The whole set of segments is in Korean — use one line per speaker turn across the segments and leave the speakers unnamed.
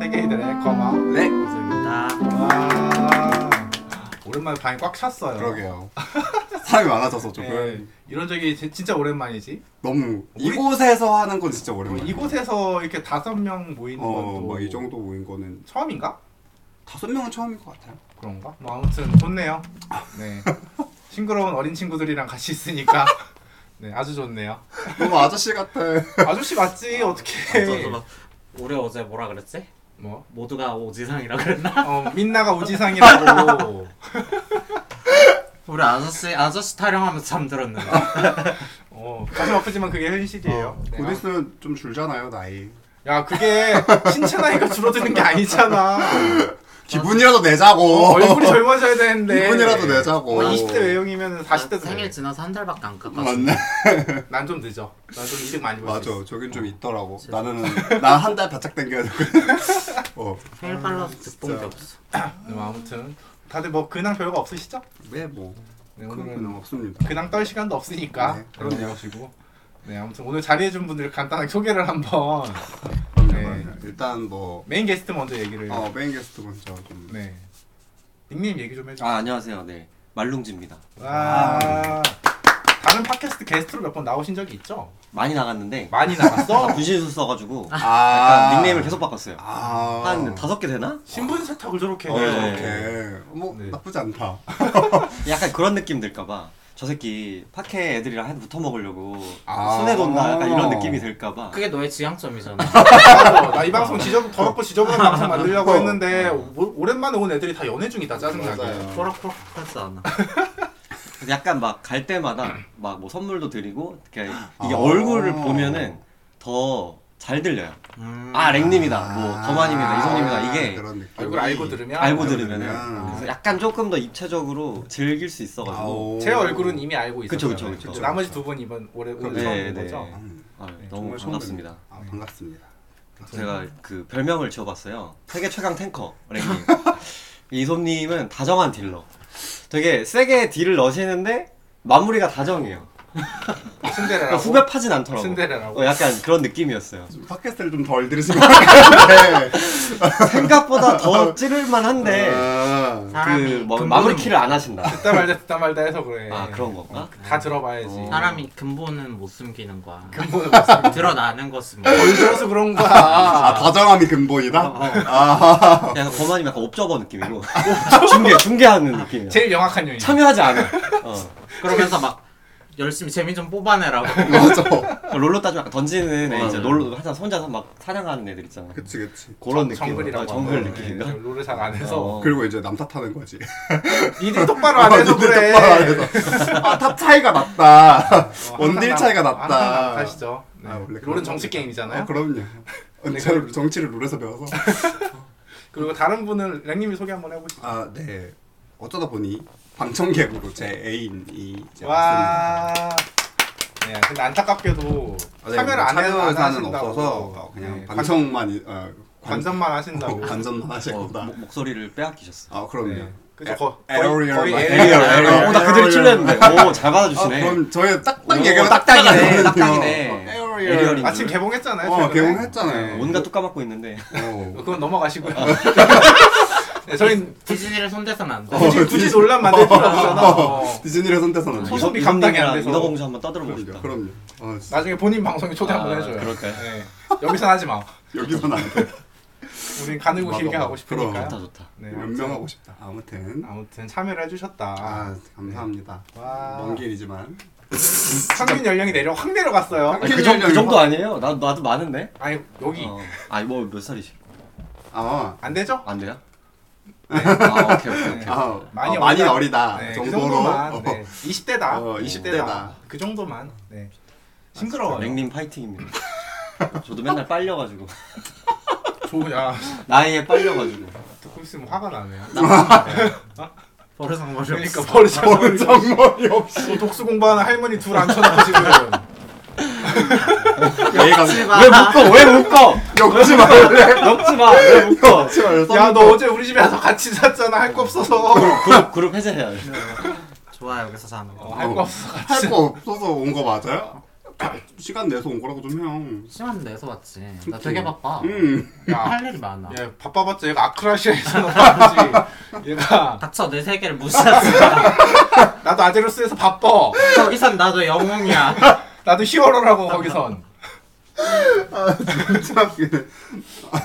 세계이들의 거마
네, 고맙습니다.
와 아, 오랜만에 방이 꽉 찼어요
그러게요. 사람이 많아져서 조금
예, 이런 적이 지- 진짜 오랜만이지
너무
우리-
이곳에서 하는 건 진짜 오랜만이야.
이곳에서 이렇게 다섯 명 모이는
어,
것도
뭐 이 정도 모인 거는
처음인가?
다섯 명은 처음인 것 같아요.
그런가? 뭐 아무튼 좋네요 네 싱그러운 어린 친구들이랑 같이 있으니까 네 아주 좋네요
너무 아저씨 같아.
아저씨 아, 맞지 어떻게
저도 우리 어제 뭐라 그랬지?
뭐
모두가 오지상이라 그랬나?
어, 민나가 오지상이라고
우리 아저씨 아저씨 타령하면서 잠들었는데
어, 가슴 아프지만 그게 현실이에요 네,
곧 있으면 좀 줄잖아요 나이.
야 그게 신체 나이가 줄어드는 게 아니잖아.
기분이라도 내자고.
얼굴이 젊어져야 되는데.
기분이라도 내자고. 어.
뭐 20대 외형이면 40대
아, 생일
생일.
지나서 한 달밖에 안 깎았어.
맞네.
난좀 늦어. 난 좀 이득 많이 볼수 있어.
맞아. 저긴 좀 있더라고.
진짜.
나는 나 한 달 바짝 당겨야 되고. 어.
생일 빨라서 듣본 게 없어.
네, 뭐 아무튼 다들 뭐 근황 별거 없으시죠?
네 뭐.
네,
큰
오늘은
건 없습니다.
근황 떨 시간도 없으니까
네,
그런
그럼요.
네, 시고 네 아무튼 오늘 자리해준 분들 간단하게 소개를 한번 네.
그러면 일단 뭐
메인 게스트 먼저 얘기를.
어, 메인 게스트 먼저 좀.
네. 닉네임 얘기 좀 해줘.
아 안녕하세요. 네 말룽지입니다.
아.
와. 다른 팟캐스트 게스트로 몇 번 나오신 적이 있죠?
많이 나갔는데
많이 나왔어?
아, 분신술 써가지고
아.
약간 닉네임을 계속 바꿨어요.
아.
한 다섯 개 되나?
신분 세탁을 저렇게.
어,
해요.
저렇게.
네. 뭐
네.
나쁘지 않다.
약간 그런 느낌 들까봐 저 새끼 파케 애들이랑 한 붙어 먹으려고
아.
손해 돈다 약간 이런 느낌이 들까봐
그게 너의 지향점이잖아.
어, 나 이 방송 지저분 더럽고 지저분한 방송
어.
만들려고 했는데 오, 오랜만에 온 애들이 다 연애 중이다 짜증나게.
맞아요.
포락포락하지 않아.
그래서 약간 막 갈 때마다 막 뭐 선물도 드리고 그러니까 이게
아.
얼굴을 보면은 더 잘 들려요.
음.
아 랭님이다, 뭐 거만입니다, 이성님이다 이게
그런 느낌.
얼굴 알고 들으면
알고
그렇죠. 그러면-
들으면은 그래서 약간 조금 더 입체적으로 즐길 수 있어가지고
아오.
제 얼굴은 이미 알고 있어요.
그쵸, 그쵸, 그쵸.
나머지 두 분 이번 올해 오늘
네,
처음 본
네.
거죠.
음.
아,
네,
너무
정말 처음
반갑습니다. 네.
아, 반갑습니다.
제가 그 별명을 지어봤어요. 세계 최강 탱커 랭님. 이솜님은 다정한 딜러. 되게 세게 딜을 넣으시는데 마무리가 다정해요.
신데렐라.
그러니까 후벼파진 않더라고.
츤데레라고.
어, 약간 그런 느낌이었어요.
좀 팟캐스트를 좀 덜 들으신 것 같은데.
생각보다 더 찌를만한데
아,
그
사람이
뭐,
근본은
마무리 키를 안 하신다.
듣다 말다 듣다 말다 해서 그래.
아 그런 건가?
다 들어봐야지.
어.
사람이 근본은 못 숨기는 거야.
근본을 봤어.
드러나는 것은 뭐.
뭘 들어서 그런 거야.
아, 다정함이
어,
근본이다?
약간 거만이 약간 옵저버 느낌이고 중계 중계하는 느낌이야.
제일 명확한 요인.
참여하지 않아. 어.
그러면서 막 열심히 재미 좀 뽑아내라고.
맞아.
롤로 따지면 약간 던지는
어,
애 이제
맞아요.
롤로 항상 혼자서 막 사냥하는 애들 있잖아.
그치, 그치.
그런 느낌.
네. 정글이라고.
아, 정글
하고.
느낌인가?
네, 롤을 잘 안 해서.
어. 아,
그리고 이제 남 탓하는 거지.
니들 똑바로 안 해서
니들
그래.
똑바로 안 해서. 아, 탑 차이가 났다.
어,
원딜
항상
차이가
남-
났다.
항상 남탓이죠. 네.
아, 원래
롤은
그런
정치
거니까.
게임이잖아요. 네,
어, 그럼요.
근데
저를 정치를 룰에서 배워서.
그리고 다른 분은 랭님이 소개 한번 해보시죠.
아, 네. 어쩌다 보니 방청객으로 제 애인이 이제 왔습니다.
와. 네, 근데 안타깝게도
아, 네,
참여를 안 해서 안
참여사는
하신다고.
없어서 그냥
네, 관-
방청만 이- 어,
관전만 하신다고.
관전만 하실
어,
거다.
목- 목소리를 빼앗기셨어.
아 그럼요.
네. 그죠? 거-
에어리
거의- 거의
에리얼,
에리얼,
에리얼.
네. 에리얼.
어, 나 그대로 찔렸는데. 오, 잘
아,
받아주시네.
그럼 저희 딱딱
오,
얘기하면
딱딱이네,
딱딱이네.
딱딱이네. 에리얼인
아, 지금 개봉했잖아요. 네.
어
최근에.
개봉했잖아요.
온갖 뚝 까먹고 있는데.
어.
네.
그건 넘어가시고요. 네, 저희
디즈니를 손대서는 안 돼.
어.
굳이, 굳이 논란 만들 필요 없잖아. 어.
디즈니를 선택하는
소송- 소송비
이성-
감당이 안
이성님이랑
돼서. 그러니까,
인어공주 한번 떠들어보고
그럼요.
싶다.
그럼요. 아, 진짜
나중에 본인 방송에 초대 한번
아,
해줘요.
그럴까요?
네. 여기선 하지 마.
여기서는 안 돼.
우린 가늘고
맞아,
길게
맞아.
가고 싶으니까요.
좋다, 좋다.
네, 아무튼-
연명하고 싶다. 아무튼
아무튼 네. 참여를 해주셨다.
아 감사합니다.
와.
먼 길이지만
평균 연령이 내려 확 내려갔어요.
아니, 그, 정, 그 정도 아니에요? 나, 나도 많은데?
아니 여기
어. 아니, 뭐, 몇 살이시?
아,
안 되죠?
안 돼요? 아, 오케이, 오케이, 오케이.
아 많이,
많이
어, 많이
어리다.
어리다
네, 그
정도로
정도만.
어,
네. 20대다.
어,
20대다.
20대다.
그 정도만. 네. 싱그러워요.
랭님 파이팅입니다. 저도 맨날 빨려가지고.
좋으냐.
나이에 빨려가지고.
듣고 있으면 화가 나네요.
버릇은 버릇.
그러니까 버릇이 버릇
정말이 없이
독수 공부하는 할머니 둘 앉혀놓고 지금.
얘가
왜 묶어? 왜 묶어?
역지 말래
엮지 마! 왜 묶어?
역지 말래
야 너 어제 우리 집에 와서 같이 잤잖아. 할 거 없어서.
그룹, 그룹 해제해야 돼.
좋아 여기서 사는 어, 거.
할 거 없어.
할거 없어서 온 거 맞아요? 시간 내서 온 거라고 좀 형.
시간 내서 왔지. 나
그치.
되게 바빠.
음.
야,
할 일이 많아.
얘 바빠봤자 얘가 아크라시아에서 나왔지. 얘가
닥쳐 내 세계를 무시하지.
나도 아제로스에서 바빠.
거기선 나도 영웅이야.
나도 히어로라고 거기선.
진짜 웃기네.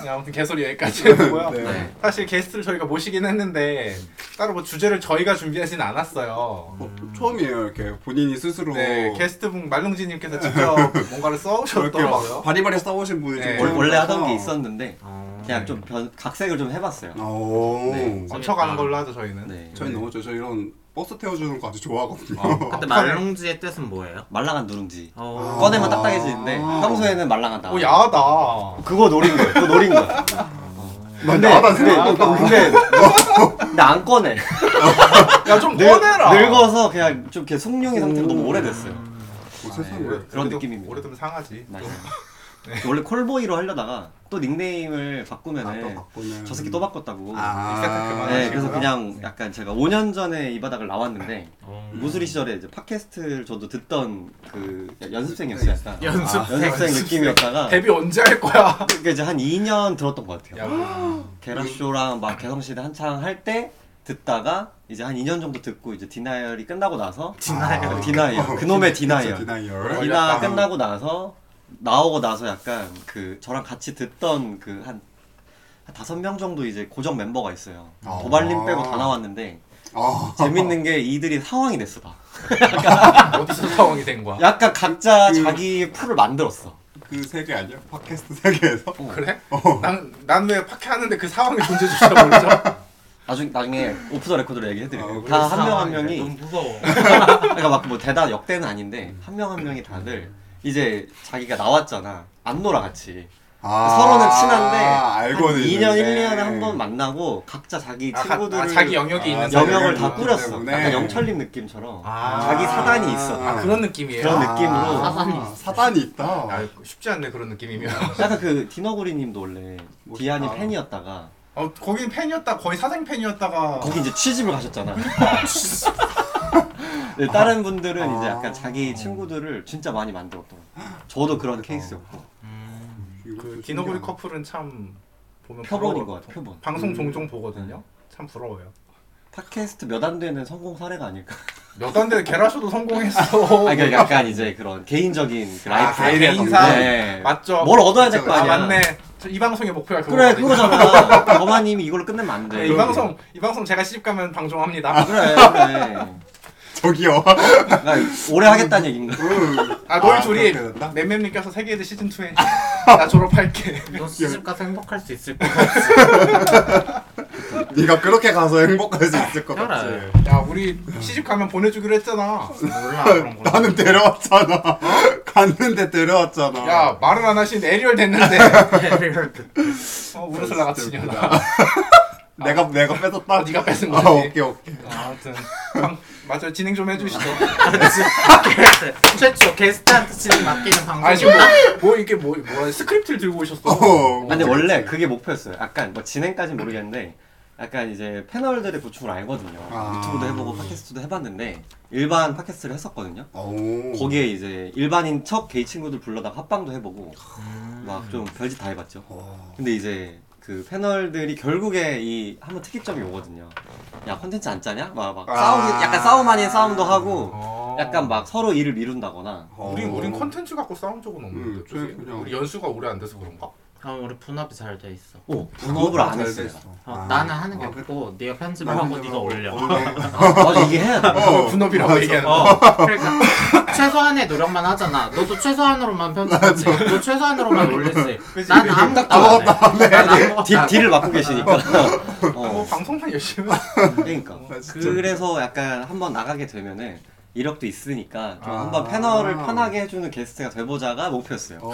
네, 아무튼 개소리 여기까지 했고요.
네.
네.
사실 게스트를 저희가 모시긴 했는데 따로 뭐 주제를 저희가 준비하진 않았어요.
어, 처음이에요 이렇게 본인이 스스로
어.
네, 게스트분 말룽지님께서 직접 뭔가를
그렇게 막
써오셨더라고요.
바리바리 싸우신 분이
네.
원-
좀
원래
많아서.
하던 게 있었는데
어,
그냥 좀 변, 각색을 좀 해봤어요.
오.
네.
맞춰가는 걸로 하죠 저희는.
네.
저희 너무 좋죠. 저 이런 버스 태워주는 거 아주 좋아하거든요.
어.
근데 말룽지의 뜻은 뭐예요?
말랑한 누룽지.
어.
꺼내면 딱딱해지는데 평소에는 말랑하다.
오 야하다.
그거 노린 거예요. 그거 노린 거야.
근데 네.
네.
나다
근데
생각.
근데 근데 안 꺼내.
야 좀
늙-
꺼내라.
늙어서 그냥 좀 이렇게 성룡이 상태로 너무 오래됐어요.
어, 세상에.
오래-
그런
오래도-
느낌입니다.
오래되면 상하지.
맞아요. 원래 콜보이로 하려다가 또 닉네임을 바꾸면은
바꾸네.
저 새끼 아, 또 바꿨다고.
아.
익사카 그만.
네, 그래서
하시고요.
그냥 약간 제가 5년 전에 이 바닥을 나왔는데 무수리 시절에 이제 팟캐스트를 저도 듣던 그 연습생이었어요. 약간.
연습생.
아, 연습생 느낌이었다가
데뷔 언제 할 거야?
그게 이제 한 2년 들었던 것 같아요.
야,
음. 게라쇼랑 막 개성시대 한창 할 때 듣다가 이제 한 2년 정도 듣고 이제 디나이얼이 끝나고 나서
디나이얼.
아, 디나이얼 그놈의
디나이얼.
어,
아.
디나이얼
디나이얼.
디나
걸렸다.
끝나고 나서 나오고 나서 약간 그 저랑 같이 듣던 그 한 다섯 명 정도 이제 고정 멤버가 있어요.
아.
도발님 빼고 다 나왔는데
아.
재밌는 게 이들이 상황이 됐어 다.
어디서 상황이 된 거야?
약간 각자 자기 풀을 만들었어.
그 세계 아니야? 팟캐스트 세계에서?
어.
그래? 난난왜 파케 하는데 그 상황이 존재해줄 줄 모르죠?
나중에 나중에 오프 더 레코드로 얘기해드릴게요.
아,
다 한 명 한 명이
너무 무서워.
그러니까 막 뭐 대단 역대는 아닌데 한 명 한 명이 다들 이제 자기가 나왔잖아 안 놀아 같이
아.
서로는 친한데
알고는
2년 1,
있는데.
2년에 한 번 만나고 각자 자기
아, 가-
친구들을
아, 자기 영역이
아,
있는
영역을
영역을
사람들.
다 꾸렸어
때문에.
약간 영철님 느낌처럼
아.
자기 사단이 있어
아 그런 느낌이에요.
그런
아,
느낌으로.
아, 사단이 있다.
아, 쉽지 않네 그런 느낌이면.
약간 그 디너구리님도 원래
멋있다.
디안이 팬이었다가
어 거긴 팬이었다 거의 사생 팬이었다가
거기 이제 취집을 가셨잖아 네, 다른 분들은
아.
이제 약간 자기 친구들을 진짜 많이 만들었더라고 저도 그런 케이스였고
그 디노브리 커플은 참 보면
표본인 것
부러워.
같아 표본 음.
방송 종종 보거든요. 참 부러워요.
팟캐스트 몇 안 되는 성공 사례가 아닐까
몇 안 돼 게라쇼도 성공했어.
아, 그러니까 약간 이제 그런 개인적인 그 라이프.
아,
개인
개인사
네.
맞죠?
뭘 얻어야 될 거
아
아니야.
맞네. 저 이 방송의 목표가
그래,
그거거든요.
그거잖아. 범아님이 이걸로 끝내면 안 돼.
네, 이 방송 이 방송 제가 시집 가면 방송합니다. 아,
그래, 그래.
저기요.
나 오래 하겠다는 얘긴가?
아, 너희
아,
둘이
그렇게 된다?
맴맴님께서 세계에드 시즌 2에 나 졸업할게.
너 시집 가서 행복할 수 있을 거야.
네가 그렇게 가서 행복할 수 있을 것
그래.
같지.
야, 우리 시집 가면 보내주기로 했잖아.
몰라 그런 거.
나는 데려왔잖아. 갔는데 데려왔잖아.
어? 야, 말을 안 하신 에리얼 됐는데.
네,
어, 우르슬라 같은
진짜
년아.
웃기다. 내가 내가 뺏었다.
아, 네가 뺏은
아,
거지.
오케이 오케이.
아, 아무튼 방, 맞아요. 진행 좀 해주시죠.
최초 게스트한테 지금 맡기는 방송.
아, 지금 뭐, 뭐 이게 뭐 뭐라 스크립트를 들고 오셨어.
어,
아, 근데 원래 그게 목표였어요. 약간 뭐 진행까지는 모르겠는데 약간 이제 패널들의 고충을 알거든요.
아.
유튜브도 해보고 팟캐스트도 해봤는데 일반 팟캐스트를 했었거든요.
오.
거기에 이제 일반인 척 게이 친구들 불러다가 합방도 해보고 막 좀 별짓 다 해봤죠.
어.
근데 이제 그 패널들이 결국에 이 한번 특이점이 오거든요. 야 컨텐츠 안 짜냐? 막, 막
아.
싸움 약간 싸움 아닌 싸움도 하고
어.
약간 막 서로 일을 미룬다거나
우린 우린 컨텐츠 갖고 싸운 적은 없는데.
어. 음,
그치?
그냥-
우리 연수가 오래 안 돼서 그런가?
아 우리 분업이 잘 돼 있어.
오 분업을 안
잘
했어요.
됐어.
어,
아.
나는 하는 게
아,
없고 네가 편집을
나는
하고
이제
네가
뭐-
올려. 어,
맞아 이게 해야 돼.
어,
그 분업이라고 얘기하는 거.
그러니까 최소한의 노력만 하잖아. 너도 최소한으로만 편집하지. 너 최소한으로만 올리지. 난 아무것도 안 해. 난 아무것도
딜,
안 해.
딜을 맡고 계시니까.
아, 뭐
어,
방송만 열심히. 해.
그러니까.
나 아, 진짜
그래서 약간 한번 나가게 되면은 이력도 있으니까 좀
아.
한번 패널을 편하게 해주는 게스트가 돼보자가 목표였어요.
어,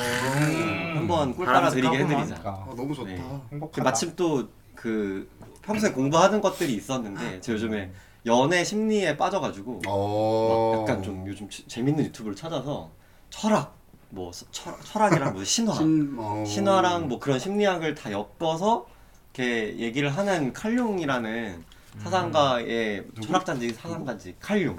한번 꿀
바람
빨아들이게
쐴까
해드리자.
그러니까.
아, 너무 좋다.
네. 그
행복하다.
마침 또 그 평소에 공부하는 것들이 있었는데 제가 요즘에 연애 심리에 빠져가지고 막
어.
약간 좀 요즘 치- 재밌는 유튜브를 찾아서 철학 뭐 서- 철, 철학이랑 뭐 신화
신, 어.
신화랑 뭐 그런 심리학을 다 엮어서 이렇게 얘기를 하는 칼융이라는 사상가의 철학자인지 사상가인지 칼융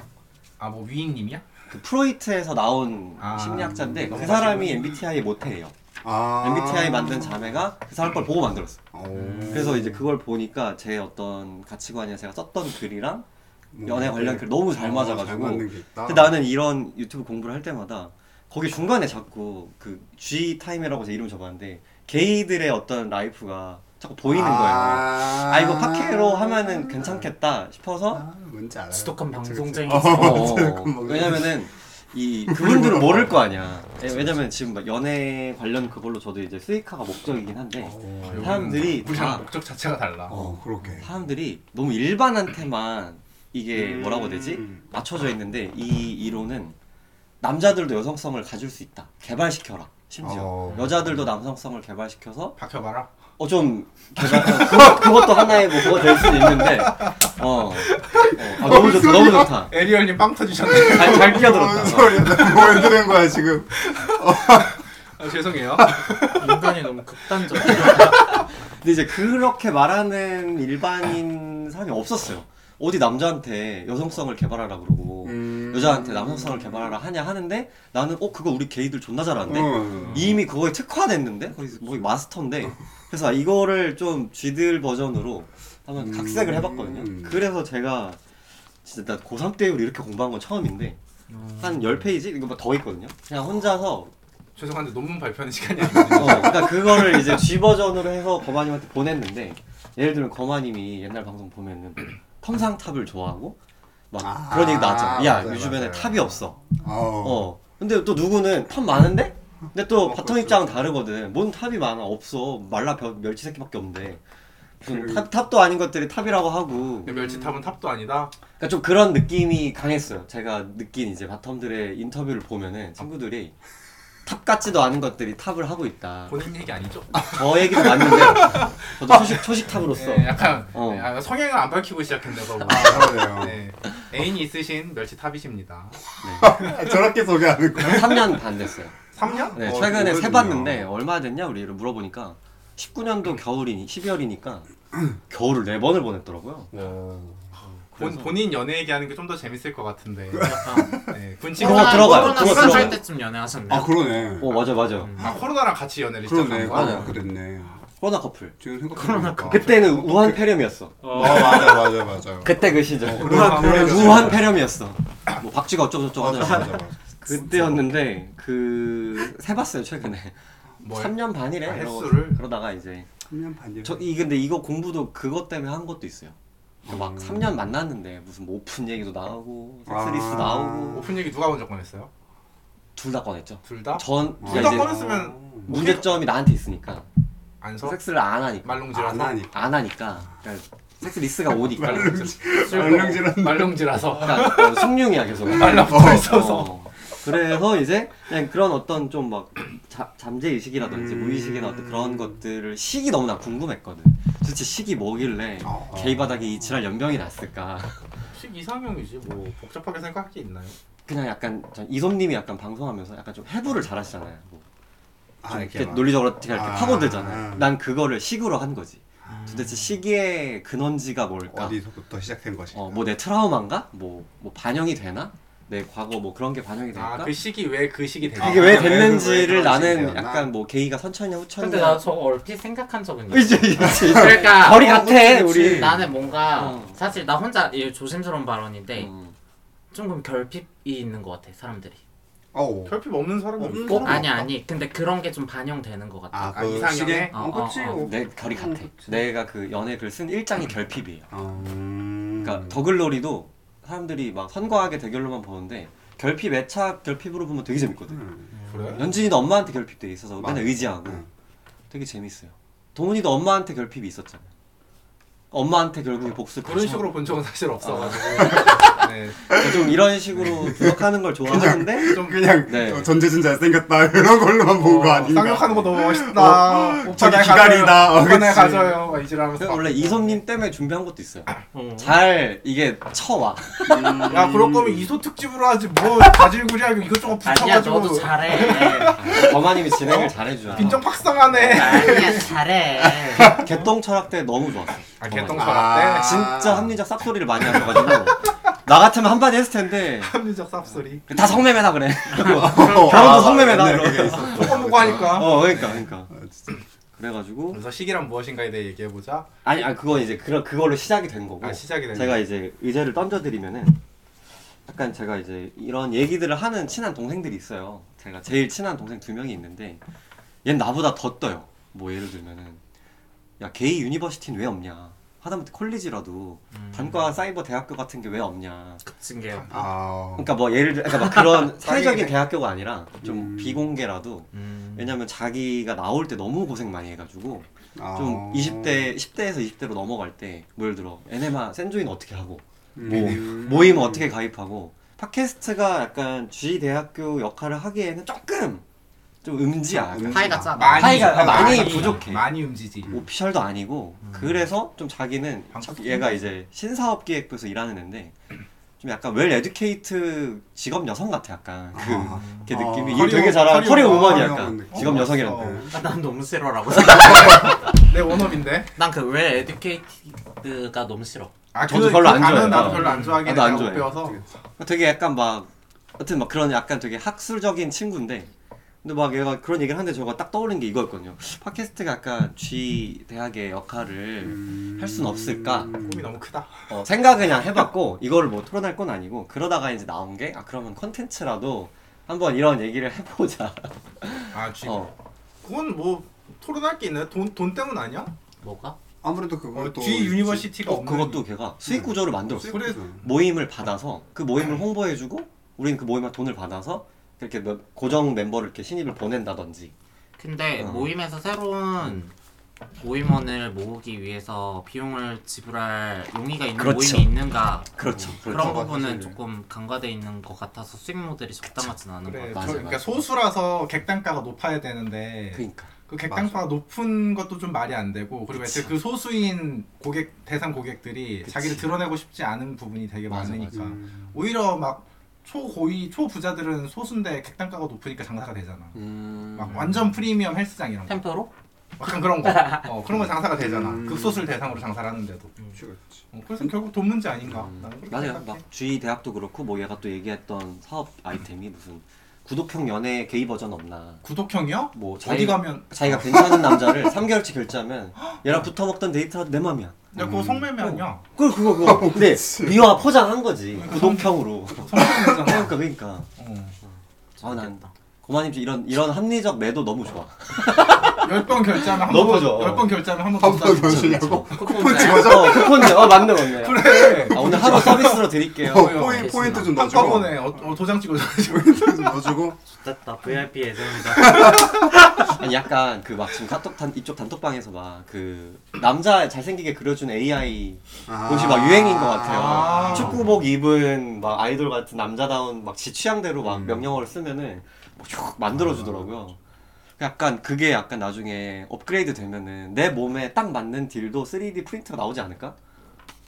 아뭐 위인님이야?
그 프로이트에서 나온
아,
심리학자인데 그
너무
사람이 MBTI 모태예요.
아.
MBTI 만든 자매가 그 사람 걸 보고 만들었어.
오.
그래서 이제 그걸 보니까 제 어떤 가치관이나 제가 썼던 글이랑
뭔가
연애 관련 글 너무 잘
음. 아, 잘
맞아가지고.
맞는 게 있다.
근데 나는 이런 유튜브 공부를 할 때마다 거기 중간에 자꾸 그 G 타임이라고 제 이름 적었는데 게이들의 어떤 라이프가 자꾸 보이는 거예요. 아 이거 팟캐로 하면은 괜찮겠다 싶어서
아, 뭔지 알아요.
지독한
그치, 그치.
방송쟁이.
어,
네. 어,
지독한 방송.
왜냐면은 이 그분들은 모를 거 아니야. 예, 왜냐면 지금 막 연애 관련 그걸로 저도 이제 스이카가 목적이긴 한데
어,
사람들이
아, 우리랑
다
목적 자체가 달라.
어 그렇게.
사람들이 너무 일반한테만 이게
음.
뭐라고 되지 맞춰져 있는데 이 이론은 남자들도 여성성을 가질 수 있다. 개발시켜라. 심지어
어.
여자들도 남성성을 개발시켜서
박혀봐라.
어 좀 개발 그것, 그것도 하나의 뭐 그거 될 수도 있는데 어, 어. 아, 너무 좋다 너무 좋다
에리얼님 빵 터지셨네.
잘, 잘
뭔
끼어들었다.
소리야? 뭐 해드는 거야 지금?
아, 죄송해요.
인간이 너무 극단적이야.
근데 이제 그렇게 말하는 일반인 사람이 없었어요. 어디 남자한테 여성성을 개발하라 그러고
음.
여자한테 남성성을 개발하라 하냐 하는데 나는 어 그거 우리 게이들 존나 잘하는데
어.
이미 그거에 특화됐는데 거의 뭐 마스터인데 그래서 아, 이거를 좀 쥐들 버전으로 한번
음.
각색을 해봤거든요. 그래서 제가 진짜 나 고3 때 이렇게 공부한 건 처음인데 한 10페이지 이거 뭐 더 있거든요. 그냥 혼자서
죄송한데 논문 발표하는 시간이 아니거든요.
어, 그러니까 그거를 이제 G 버전으로 해서 거마님한테 보냈는데 예를 들면 거마님이 옛날 방송 보면은 평상탑을 좋아하고 막
아,
그런 얘기 나왔잖아. 야,
맞아요,
요즘에는
맞아요.
탑이 없어.
어.
어. 근데 또 누구는 탑 많은데? 근데 또
어,
바톤
그렇죠.
입장은 다르거든. 뭔 탑이 많아? 없어. 말라 벼, 멸치 새끼밖에 없는데. 무슨
음.
탑, 탑도 아닌 것들이 탑이라고 하고.
근데 멸치탑은 탑도 아니다.
그러니까 좀 그런 느낌이 강했어요. 제가 느낀 이제 바텀들의 인터뷰를 보면은 친구들이 탑 같지도 않은 것들이 탑을 하고 있다.
본인 얘기 아니죠?
저 얘기도 맞는데
아.
저도 초식 초식 탑으로서
예, 약간
어. 아.
예, 아, 성향을 안 밝히고 시작했네요. 그러고.
그러네요.
네. 애인이 있으신 멸치탑이십니다.
네.
저렇게 소개하는 거야?
3년 반 됐어요.
3년?
네,
어,
최근에
그거군요.
세봤는데 얼마 됐냐 우리 이를 물어보니까 19년도 겨울이니 12월이니까 겨울을 네 번을 보냈더라고요.
본,
그래서-
본인 연애 얘기하는 게 좀 더 재밌을 것 같은데. 네, 군침.
뭐
그거 들어가요.
코로나
그거
수술
들어가요.
할 때쯤 연애하셨네.
아 그러네.
어 맞아 맞아.
아, 코로나랑 같이 연애를
그러네. 어,
시작한 거야?
그러네. 그랬네.
코로나 커플.
지금 생각해보니까.
그러니까. 어,
그때는 우한 폐렴이었어.
어 맞아 맞아 맞아.
그때 그 시절.
그런 그런
우한 폐렴이었어. 뭐 박쥐가 어쩌고 저쩌고
맞아 맞아.
하잖아.
맞아.
그때였는데 그 세봤어요 최근에.
뭐야?
3년 반이래.
아,
이러고
횟수를? 음.
그러다가 이제
3년 반이요.
저 이 근데 이거 공부도 그것 때문에 한 것도 있어요. 그러니까 막
음.
3년 만났는데 무슨 뭐 오픈 얘기도 나오고
아.
섹스리스 나오고
오픈 얘기 누가 먼저 꺼냈어요?
둘 다 꺼냈죠.
둘 다?
전
아.
그러니까
둘 다
이제
꺼냈으면
문제점이 나한테 있으니까
안서
섹스를 안 하니까
아, 안
말롱지라서
하니.
안 하니까 그러니까 섹스리스가 오니까
아, 말랑질한.
말롱지라서
그러니까 어, 숭늉이야 계속
말라붙어 있어서
어. 그래서 이제 그냥 그런 어떤 좀 막 잠재 의식이라든지
음.
무의식이나 어떤 그런 것들을 식이 너무나 궁금했거든. 도대체 식이 뭐길래
어.
게이 바닥에 이 지랄 연병이 났을까?
식 이상형이지 뭐 복잡하게 생각할 게 있나요?
그냥 약간 전 이솜님이 약간 방송하면서 약간 좀 해부를 잘하시잖아요. 뭐
아,
좀
이렇게
이렇게
막.
논리적으로 그냥 이렇게
아,
파고들잖아요.
아.
난 그거를 식으로 한 거지. 도대체 시기의 근원지가 뭘까?
아, 어디서부터 시작된 것이.
어, 뭐 내 트라우마인가? 뭐, 뭐 반영이 되나? 내 과거 뭐 그런 게 반영이 될까?
아그 식이 왜 그 식이 되나?
이게 왜
아, 그러니까? 왜
됐는지를
그런
나는
식이었나?
약간 뭐 게이가 선천이냐 후천이냐 음.
근데 나 저거 얼핏 생각한 적은 있어.
이제 이제
그러니까
거리
어,
같아,
그치, 그치.
우리.
나는 뭔가
어.
사실 나 혼자 이 조심스러운 발언인데
음.
조금 결핍이 있는 것 같아 사람들이.
어.
결핍 없는 사람이
없는
없고
어?
그런
아니
것 같다.
아니 근데 그런 게 좀 반영되는 것 같아.
아,
아,
그
이상형의?
시계?
어, 어,
그치.
어.
어.
내 결이 같아.
그치.
내가 그 연애 글 쓴 일장이 결핍이에요.
어. 음.
그러니까 더글로리도 사람들이 막 선과하게 대결로만 보는데 결핍 애착 결핍으로 보면 되게 재밌거든.
음.
아, 그래?
연진이도 엄마한테 결핍돼 있어서
맞아. 음.
맨날 의지하고
응.
되게 재밌어요. 동훈이도 엄마한테 결핍이 있었잖아요. 엄마한테 결국에 복수
그런 식으로 본 적은 사실 없어가지고
아.
네,
좀 이런 식으로
음.
분석하는 걸 좋아하는데
좀
그냥
네.
어, 전재준 잘생겼다 이런 걸로만
어,
본 거 아닌가? 어?
쌍욕하는 거 너무 멋있다 오빠
저기
날
기다리다.
가져요
어,
오빠 날
그치.
가져요 막 이지라면서
그래서 원래 이솜님 때문에 준비한 것도 있어요.
음.
어.
잘 이게 쳐와.
야 그럴 거면 이소 특집으로 하지 뭐 바질구리하고 이것저것
아니야 너도
붙여가지고
네.
잘해.
거마님이 진행을 잘해줘.
빈정
어.
팍상하네
아니야 잘해.
개똥 철학 때 너무 좋았어.
아 개똥
거마님.
철학 때
아.
진짜 합리적 쌉소리를 많이 하셔가지고 나 같으면 한마디 했을 텐데
합리적 쌉소리.
다 성매매다 그래.
아, 결혼도
성매매다, 이러고.
조금 보고 하니까.
어 그러니까 그러니까
네, 아, 진짜.
그래가지고
그렇죠. 그래서 시기란 무엇인가에 대해 얘기해 보자.
아니 아 그건 이제 그 그걸로 시작이 된 거고
아, 시작이 된
제가
거고.
이제 의제를 던져드리면은 약간 제가 이제 이런 얘기들을 하는 친한 동생들이 있어요 제가 제일 친한 동생 두 명이 있는데 얜 나보다 더 떠요 뭐 예를 들면은 야 게이 유니버시티는 왜 없냐 하다못해 콜리지라도
음.
단과 사이버 대학교 같은 게 왜
어.
없냐
급증계요.
아.
그러니까 뭐 예를 들어 그러니까 막 그런 사회적인
사이버.
대학교가 아니라 좀
음.
비공개라도
음.
왜냐면 자기가 나올 때 너무 고생 많이 해가지고
아.
좀 20대, 10대에서 20대로 넘어갈 때, 뭐 예를 들어, 에네마 센조인 어떻게 하고, 뭐,
음.
모임 어떻게 가입하고, 팟캐스트가 약간 주위대학교 역할을 하기에는 조금, 좀 음지야.
음.
약간.
파이가 짜.
많이,
파이가 많이
많이
부족해.
많이 움지지.
오피셜도 아니고, 그래서 좀 자기는,
방법
자- 얘가 이제 신사업기획부에서 일하는 애인데, 좀 약간 웰 에듀케이트 직업 여성 같아, 약간. 그,
아.
걔
아.
느낌이.
커리어-
일 되게
커리어
잘하고, 커리어 우먼이
커리어
약간.
느낌.
직업
어,
여성이란
맞어.
데.
아, 난 너무 싫어라고 생각.
내 원업인데.
난그왜 에듀케이트가 너무 싫어.
아,
저도 별로 안
단어는
좋아해요.
나도 별로 안 좋아하긴 해.
나도 안
나도
좋아해요.
배워서.
되게 약간 막 하여튼 막 그런 약간 되게 학술적인 친구인데 근데 막 얘가 그런 얘기를 하는데 저가 딱 떠오른 게 이거였거든요. 팟캐스트가 약간 G 대학의 역할을
음.
할 순 없을까?
꿈이 너무 크다.
어, 생각 그냥 해봤고 이거를 뭐 토론할 건 아니고 그러다가 이제 나온 게 아 그러면 컨텐츠라도 한번 이런 얘기를 해보자.
아, 쥐.
어,
그건 뭐 토론할 게 있나요? 돈, 돈 때문 아니야?
뭐가?
아무래도 그걸
어,
또
G 유니버시티가
어,
없는
그것도 걔가 수익 구조를 만들었어.
그래.
모임을 받아서 그 모임을 홍보해주고 우리는 그 모임에 돈을 받아서 이렇게 몇- 고정 멤버를 이렇게 신입을 보낸다든지
근데
어.
모임에서 새로운 모임원을 모으기 위해서 비용을 지불할 용의가 있는
그렇죠.
모임이 있는가
그렇죠.
그런
그렇죠.
부분은
사실은.
조금 간과돼 있는 것 같아서 수익 모델이 적당하진 않은
그래,
것
저,
맞아,
같아요.
그러니까
맞아.
소수라서 객단가가 높아야 되는데 그,
그러니까.
객단가가 높은 것도 좀 말이 안 되고 그리고
그치.
애초에 그 소수인 고객 대상 고객들이
그치.
자기를 드러내고 싶지 않은 부분이 되게
맞아,
많으니까
음.
오히려 막 초고위 초부자들은 소수인데 객단가가 높으니까 장사가 되잖아.
음.
막 완전 프리미엄 헬스장 이런 거
템포로?
약간 그런 거 어, 그런 거 장사가 되잖아
음.
극소수를 대상으로 장사를 하는데도
그치, 그치.
어, 그래서 결국 돈 문제 아닌가 나는 그렇게
음. 맞아요.
생각해.
막 주위 대학도 그렇고 뭐 얘가 또 얘기했던 사업 아이템이 무슨 구독형 연애 게이 버전 없나?
구독형이요?
뭐
어디
자기,
가면
자기가 괜찮은 남자를 3개월치 결제하면 얘랑 붙어 먹던 데이트라도 내 맘이야.
야
음.
그거 성매매 아니야?
그걸 그거 그거. 근데 미화 포장한 거지 구독형으로.
성매매잖아
그러니까 그러니까.
어.
아난 고만님 이런 이런 합리적 매도 너무 좋아.
열번 결제하면 한
너무
번,
좋아.
열번 결제하면 한 번.
한번 더 주냐고
쿠폰
어 쿠폰제. 어 맞네 맞네.
그래.
아 오늘 하루 서비스로 드릴게요.
어,
어,
포인, 포인트 좀 넣어주고
한꺼번에 어, 어, 도장 찍어줘가지고.
포인트 좀 넣어주고
됐다 VIP 예정이다.
아니 약간 그 막 지금 카톡 단 이쪽 단톡방에서 막 그 남자 잘생기게 그려준 AI
아.
옷이 막 유행인 것 같아요.
아.
축구복 입은 막 아이돌 같은 남자다운 막 지 취향대로 막 명령어를 쓰면은 뭐쭉 만들어주더라고요. 약간 그게 약간 나중에 업그레이드 되면은 내 몸에 딱 맞는 딜도 3D 프린트가 나오지 않을까?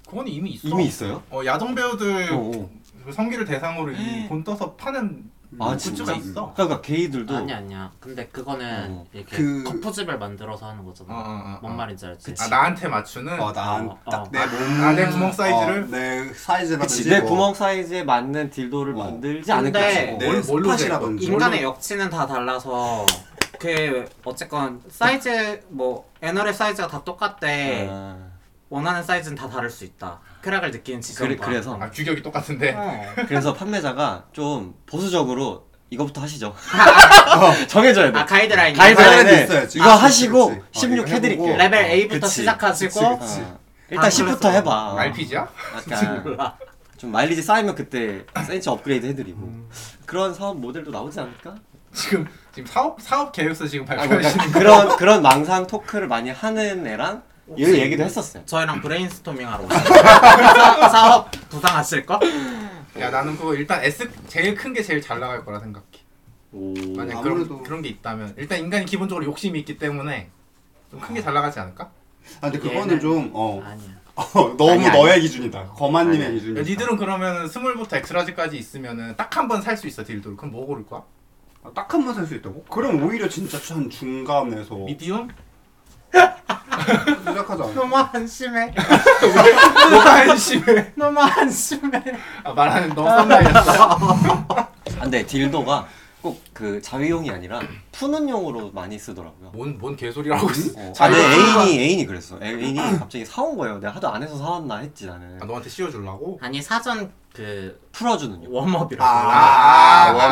그건 이미 있어.
이미 있어요?
어, 야동 배우들
오.
그 성기를 대상으로 이 돈 떠서 파는
아,
굿즈가
진짜?
있어.
그러니까 게이들도
아니야 아니야. 근데 그거는
어.
이렇게
그-
거푸집을 만들어서 하는 거잖아.
어, 어, 어,
뭔
어.
말인지 알지?
아, 나한테 맞추는.
어, 난
어,
딱
어.
내 몸,
아, 내 구멍 사이즈를?
어, 내
그치,
사이즈라든지
내
뭐
구멍 사이즈에 맞는 딜도를
어.
만들지
근데
않을까?
내
뭘- 뭘로
스팟이라든지
인간의 역치는 다 달라서 그 어쨌건 사이즈 뭐 애널의 사이즈가 다 똑같대.
아,
원하는 사이즈는 다 다를 수 있다. 쾌락을 느끼는 지점과.
그래, 그래서
아, 규격이 똑같은데.
어.
그래서 판매자가 좀 보수적으로 이거부터 하시죠. 정해줘야 돼.
아 가이드라인.
아, 어. 가이드라인이
가이드라인에
있어야지.
이거
아,
하시고
그치, 그치.
16
어, 이거
해드릴게요.
해보고. 어.
레벨 A부터
그치.
그치,
시작하시고
그치.
아, 일단
아,
10부터 해봐.
RPG야?
약간
몰라.
좀 마일리지 쌓이면 그때 센치 업그레이드 해드리고
음.
그런 사업 모델도 나오지 않을까?
지금, 지금 사업, 사업 계획서 지금
아, 그러니까
발표하시는 거.
그런 그런 망상 토크를 많이 하는 애랑 이런 얘기도 했었어요.
저희랑 브레인스토밍 하러 오세요. 사- 사업 부상하실 거?
야, 나는 그거 일단 S, 제일 큰 게 제일 잘 나갈 거라 생각해.
오.
만약
아무래도-
그런, 그런 게 있다면. 일단 인간이 기본적으로 욕심이 있기 때문에 좀 큰 게 잘 나가지 않을까?
아, 근데 그거는
얘는-
좀 어.
아니야.
어, 너무
아니, 아니.
너의 기준이다 거만님의 기준이다
야, 니들은 그러면 스물부터 엑스라지까지 있으면은 딱 한 번 살 수 있어 딜도를 그럼 뭐 고를 거야?
아, 딱 한 번 살 수 있다고? 그럼 오히려 진짜 한 중간에서
미디움?
노력하지 않아.
너무 한심해.
너무 한심해.
너무 한심해.
아, 말하는 너무 썸나이였어.
아, 근데 딜도가 꼭 그 자위용이 아니라 푸는 용으로 많이 쓰더라고요.
뭔, 뭔 개소리라고 음? 했어.
어, 아, 내 애인이 애인이 그랬어. 애- 애인이 갑자기 사온 거예요. 내가 하도 안 해서 사왔나 했지 나는.
아, 너한테 씌워주려고?
아니 사전 그
풀어주는 용.
웜업이라고.
아,
아,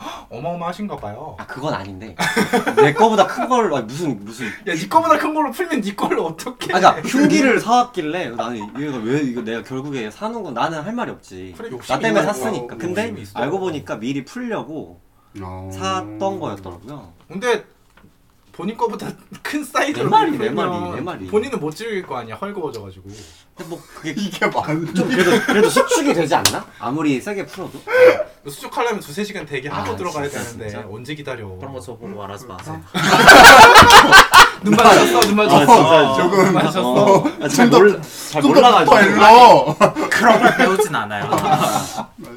아, 어마어마하신가 봐요.
아 그건 아닌데 내 거보다 큰 걸 무슨 무슨
야, 니 거보다 큰 걸로 풀면 니 걸로 어떻게?
아 그러니까 흉기를 사왔길래 나는 얘가 왜 이거 내가 결국에 사는 건 나는 할 말이 없지
그래, 욕심이
나 때문에
있는 거야.
샀으니까 근데
욕심이 있어.
알고 보니까 미리 풀려고
어.
샀던 거였더라고요
근데 본인 거보다 큰 사이즈로
내 말이, 내
풀면
말이, 내 말이.
본인은 못 즐길 거 아니야 헐거워져가지고.
근데 뭐 그게
이게 많은
좀 그래도 그래도 수축이 되지 않나? 아무리 세게 풀어도
수축하려면 두세 시간 대기하고
아,
들어가야
진짜,
되는데
진짜. 뭐
언제 기다려?
그런 거 저보고 말하지 마세요.
눈 맞았어, 눈
맞았어.
맞았어.
조금
눈 맞았어.
어, 잘
더-
몰라 잘
좀더
몰라가지고
일러.
그런 걸 배우진 않아요.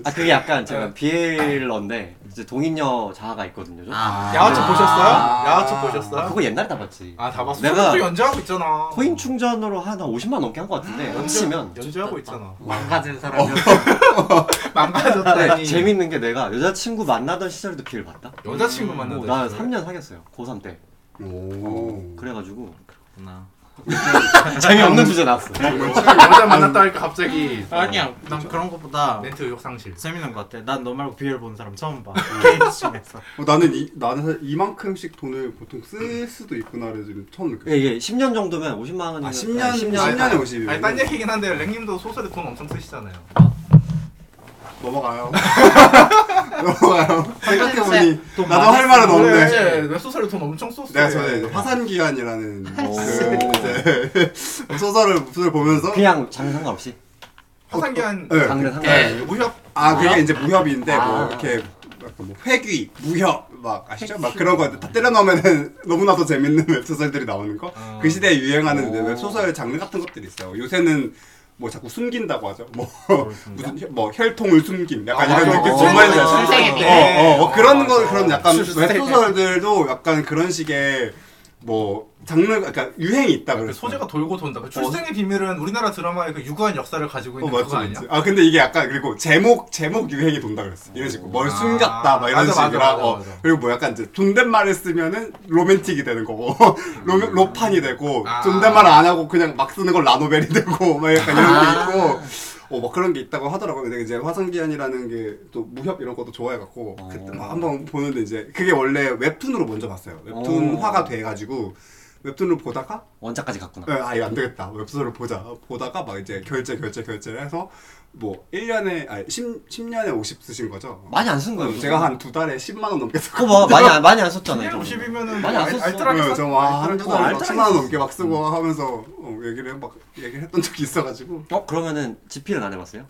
아 그게 약간
네.
제가 비엘러인데 이제 동인여 자아가 있거든요 좀.
아.
야화초 보셨어요?
아.
야화초
아,
보셨어요?
그거 옛날에 다 봤지
아, 다 봤어.
내가
내가 연주하고 있잖아.
코인 충전으로 한 50만 넘게 한 것 같은데
아.
합치면
연주하고 있잖아.
망가진 사람이
근데
망가졌다니.
아, 네. 재밌는 게 내가 여자친구 만나던 시절도 비를 봤다.
여자친구
어,
만나다.
나 3년 사귀었어요. 고3 때.
오.
그래가지고
없구나.
재미없는 주제 나왔어.
여자 만났다 하니까 갑자기
아니야, 난 어. 그런 거보다
멘트 의욕 상실.
재밌는 것 같아. 난 너 말고 비엘 본 사람 네. 처음 봐. 게임 중에서.
어, 나는 이 나는 사실 이만큼씩 돈을 보통 쓸 수도 있구나를 지금 처음 느꼈어.
예, 예. 10년 정도면 50만 원.
아, 10년, 10년.
년
신년의 50이면.
음. 아니 딴 얘기긴 한데 랭님도 소설에 돈 엄청 쓰시잖아요.
넘어가요. 넘어가요. 생각해보니
돈
나도
많이
할 말은
쓰고
없네.
그래, 왜 소설에 돈 엄청 썼어?
내가 전에 이제 화산기간이라는
오.
그 이제 소설을 소설 보면서
어. 그냥 장르 상관없이.
화산기한 그
네.
장르
예.
상관없이.
무협
아 그게 이제 무협인데 뭐
아.
이렇게 약간 뭐 회귀, 무협 막 아시죠? 막 그런 거다 때려 넣으면은 너무나도 재밌는 웹소설들이 나오는 거.
어.
그 시대에 유행하는
오.
웹소설 장르 같은 것들이 있어요. 요새는 뭐 자꾸 숨긴다고 하죠. 뭐
숨겨?
무슨 혀- 뭐 혈통을 숨김 약간
아,
이런
맞아.
느낌
어,
정말
맞아.
잘-
출생일
어,
때.
어, 어, 그런
어,
거
맞아.
그런 약간
출생일 때.
웹소설들도 약간 그런 식의 뭐 장르 약간 유행이 있다
그
그래서
소재가 돌고 돈다. 그 출생의 비밀은 우리나라 드라마의 그 유구한 역사를 가지고
어
있는
맞지
그거 아니야?
맞지 아 근데 이게 약간 그리고 제목 제목 유행이 돈다 그랬어 이런 식으로 뭘
아.
숨겼다 막 이런
맞아, 맞아,
식으로
맞아,
어.
맞아.
그리고 뭐 약간 이제 존댓말을 쓰면은 로맨틱이 되는 거고 로 로판이 되고
음. 아.
존댓말 안 하고 그냥 막 쓰는 걸 라노벨이 되고 막 약간 이런
아.
게 있고 어 막 그런 게 있다고 하더라고요 근데 이제 화성기한이라는 게 또 무협 이런 것도 좋아해갖고
어.
그때 막 한번 보는데 이제 그게 원래 웹툰으로 먼저 봤어요 웹툰화가
어.
돼가지고 웹툰을 보다가
원작까지 갔구나.
네, 아 이거 안 되겠다. 웹소설을 보자. 보다가 막 이제 결제 결제 결제를 해서 뭐 1년에 아니 10, 10년에 50 쓰신 거죠?
많이 안 쓴 거예요.
어, 제가 한 두 달에 10만 원 넘게 썼고 네,
그거 봐. 많이 안, 많이 안 썼잖아. 이
1년
정도.
50이면은
많이 안 썼어.
알뜰하게 썼-
저한두
알뜰하게
달에
썼-
막 10만 원 넘게 막 쓰고
음.
하면서 어, 얘기를 막 얘기를 했던 적이 있어가지고
어 그러면은 지필은 안 해봤어요?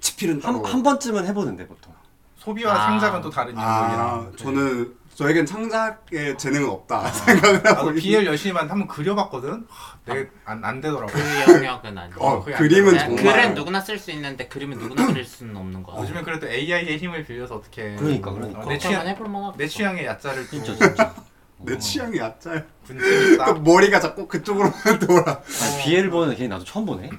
치필은
한 한 번쯤은 해보는데 보통.
소비와
아.
창작은 또 다른
아
영역이라.
저는 저에겐 창작의 재능은 없다 생각을 하고
나도 BL 열심히 한- 한번 그려봤거든. 하, 내게 안, 안 되더라고.
그 영역은 아니고.
어
그게
그림은
안
그냥
정말
글은 누구나 쓸 수 있는데 그림은 누구나 그릴 수는 없는 거.
요즘에 그래도 AI의 힘을 빌려서 어떻게
그러니까, 그러니까.
어, 내
내
취향
취향 해볼 만하고.
내 취향의 야자를 또
진짜 진짜.
내 취향이 얕아요.
군침이
그
딱
머리가 자꾸 그쪽으로 돌아.
아니, 비엘 보는 걔 나도 처음 보네.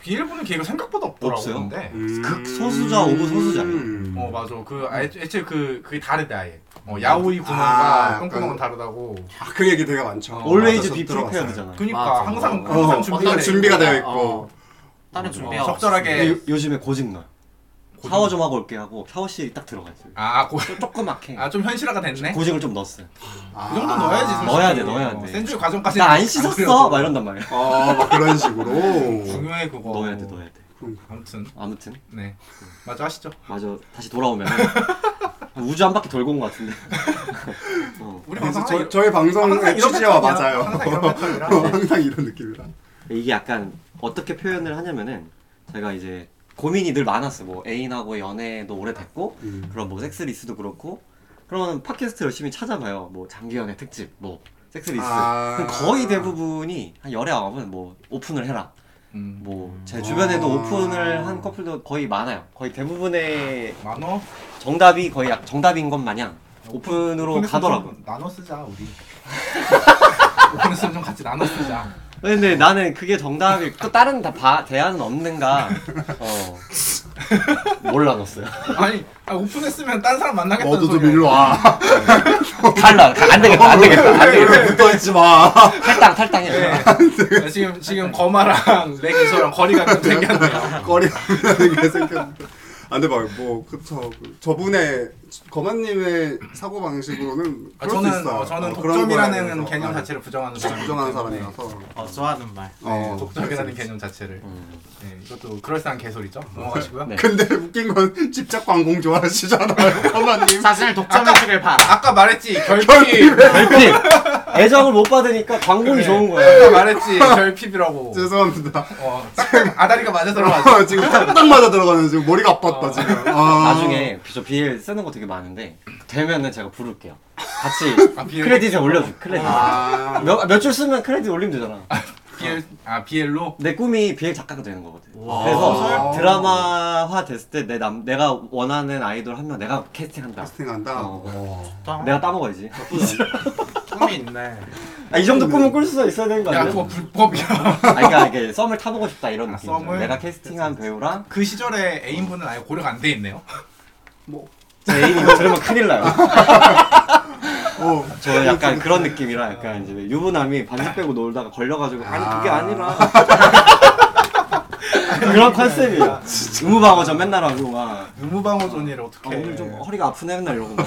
BL 보는 계획가 생각보다 없더라고.
없어요?
근데
그 극소수자 오브 소수자예요.
음.
어 맞아 그 아, 애초- 애초에 그 그게 다르다 아예 어, 야오이 구멍과
아,
똥구멍은
약간-
다르다고
아, 그 얘기 되게 많죠.
어,
Always
맞아,
be
들어봤어요.
prepared잖아.
그니까
맞아.
항상
어,
항상
어,
준비가 돼
준비가
있고.
되어 있고.
다른 준비가
어, 적절하게.
요- 요즘에 고집 나요. 샤워 좀 하고 올게 하고 샤워실이 딱 들어가 있어요.
아아좀
조그맣게.
현실화가 됐네
고집을 좀 넣었어요.
그 정도 넣어야지 솔직히.
넣어야 돼, 넣어야
어,
돼.
센줄 과정까지
나 안
그려도.
씻었어! 막 이런단 말이야.
어, 막 그런 식으로.
중요해 그거
넣어야 돼, 넣어야 돼.
아무튼
아무튼.
네 맞아 하시죠
맞아. 다시 돌아오면. 우주 한 바퀴 돌고 온 것 같은데. 어.
우리
그래서
항상
저,
이런-
저희 방송의
항상 이런
취지와
패턴이야.
맞아요.
항상 이런 패턴이라.
어, 항상 이런 느낌이라.
이게 약간 어떻게 표현을 하냐면은 제가 이제 고민이 늘 많았어. 뭐 애인하고 연애도 오래됐고
음.
그럼 뭐 섹스리스도 그렇고 그러면 팟캐스트 열심히 찾아봐요. 뭐 장기연애 특집, 뭐 섹스리스.
아.
그럼 거의 대부분이 한 열의 아홉은 뭐 오픈을 해라.
음,
뭐 제 주변에도
아.
오픈을 한 커플도 거의 많아요. 거의 대부분의
만어
정답이 거의 약 정답인 것 마냥 오픈으로
오픈했으면
가더라고.
좀 나눠 쓰자 우리 오픈에서 좀 같이 나눠 쓰자.
근데 네, 나는 그게 정답이 또 다른 다 바, 대안은 없는가 어 몰라 넣었어요
아니 아, 오픈했으면 딴 사람 만나겠다는
너도 좀
소리야.
일로 와.
탈락 안 되겠다 안 되겠다 안 되겠다
붙어 있지 마.
탈당 탈당해
네. 아, 지금 지금 거마랑 내 기소랑 거리가 좀 생겼네요.
꺼리라는 게 생겼는데. 안 돼, 막, 뭐, 그쵸. 그 저분의, 거만님의 사고방식으로는.
아,
그럴 수
저는
있어요.
어, 저는
어, 그런 거에
독점이라는
대해서.
개념
아,
자체를 부정하는
진짜
사람이에요.
부정하는
네.
사람이라서.
어 좋아하는 말.
어. 음.
독점이라는 개념 자체를. 네, 이것도 그럴싸한 개소리죠. 넘어가시고요.
네.
근데 웃긴 건 집착 광공 좋아하시잖아요, 거만님.
자신을 독점해주길 바라.
아까 말했지 결핍.
결핍 애정을 못 받으니까 광공이 좋은
네. 아까
거야
말했지 결핍이라고.
죄송합니다.
어, 딱 아다리가 맞아 들어가죠.
아, 지금 딱딱 맞아 들어가는 지금 머리가 아팠다
어.
지금. 아.
나중에 저 BL 쓰는 거 되게 많은데 되면은 제가 부를게요 같이
아, BL?
크레딧에 올려줘 크레딧
아.
몇줄 쓰면 크레딧 올리면 되잖아
BL 아 BL로
내 꿈이 BL 작가가 되는 거거든.
와.
그래서 드라마화 됐을 때 내 남, 내가 원하는 아이돌 한 명 내가 캐스팅한다.
생각한다.
어.
좋다.
내가 따먹어야지.
꿈이 있네.
아, 이 정도 꿈은 꿀 수 있어야 되는 거
야
아니야?
네.
그거 불법이야.
아, 그러니까 이게 썸을 타보고 싶다 이런
아,
느낌이죠.
썸을?
내가 캐스팅한 배우랑
그 시절에 애인분은 아예 고려가 안 돼 있네요.
제 애인 이거 들으면 큰일 나요.
어.
저 약간 그런 느낌이라 약간 이제 유부남이 반지 빼고 놀다가 걸려가지고 아니 그게 아니라 그런 컨셉이야. 의무방어 전 맨날 하고 막
의무방어존이를 어떻게?
아, 오늘 좀 허리가 아프네 맨날 이러고 막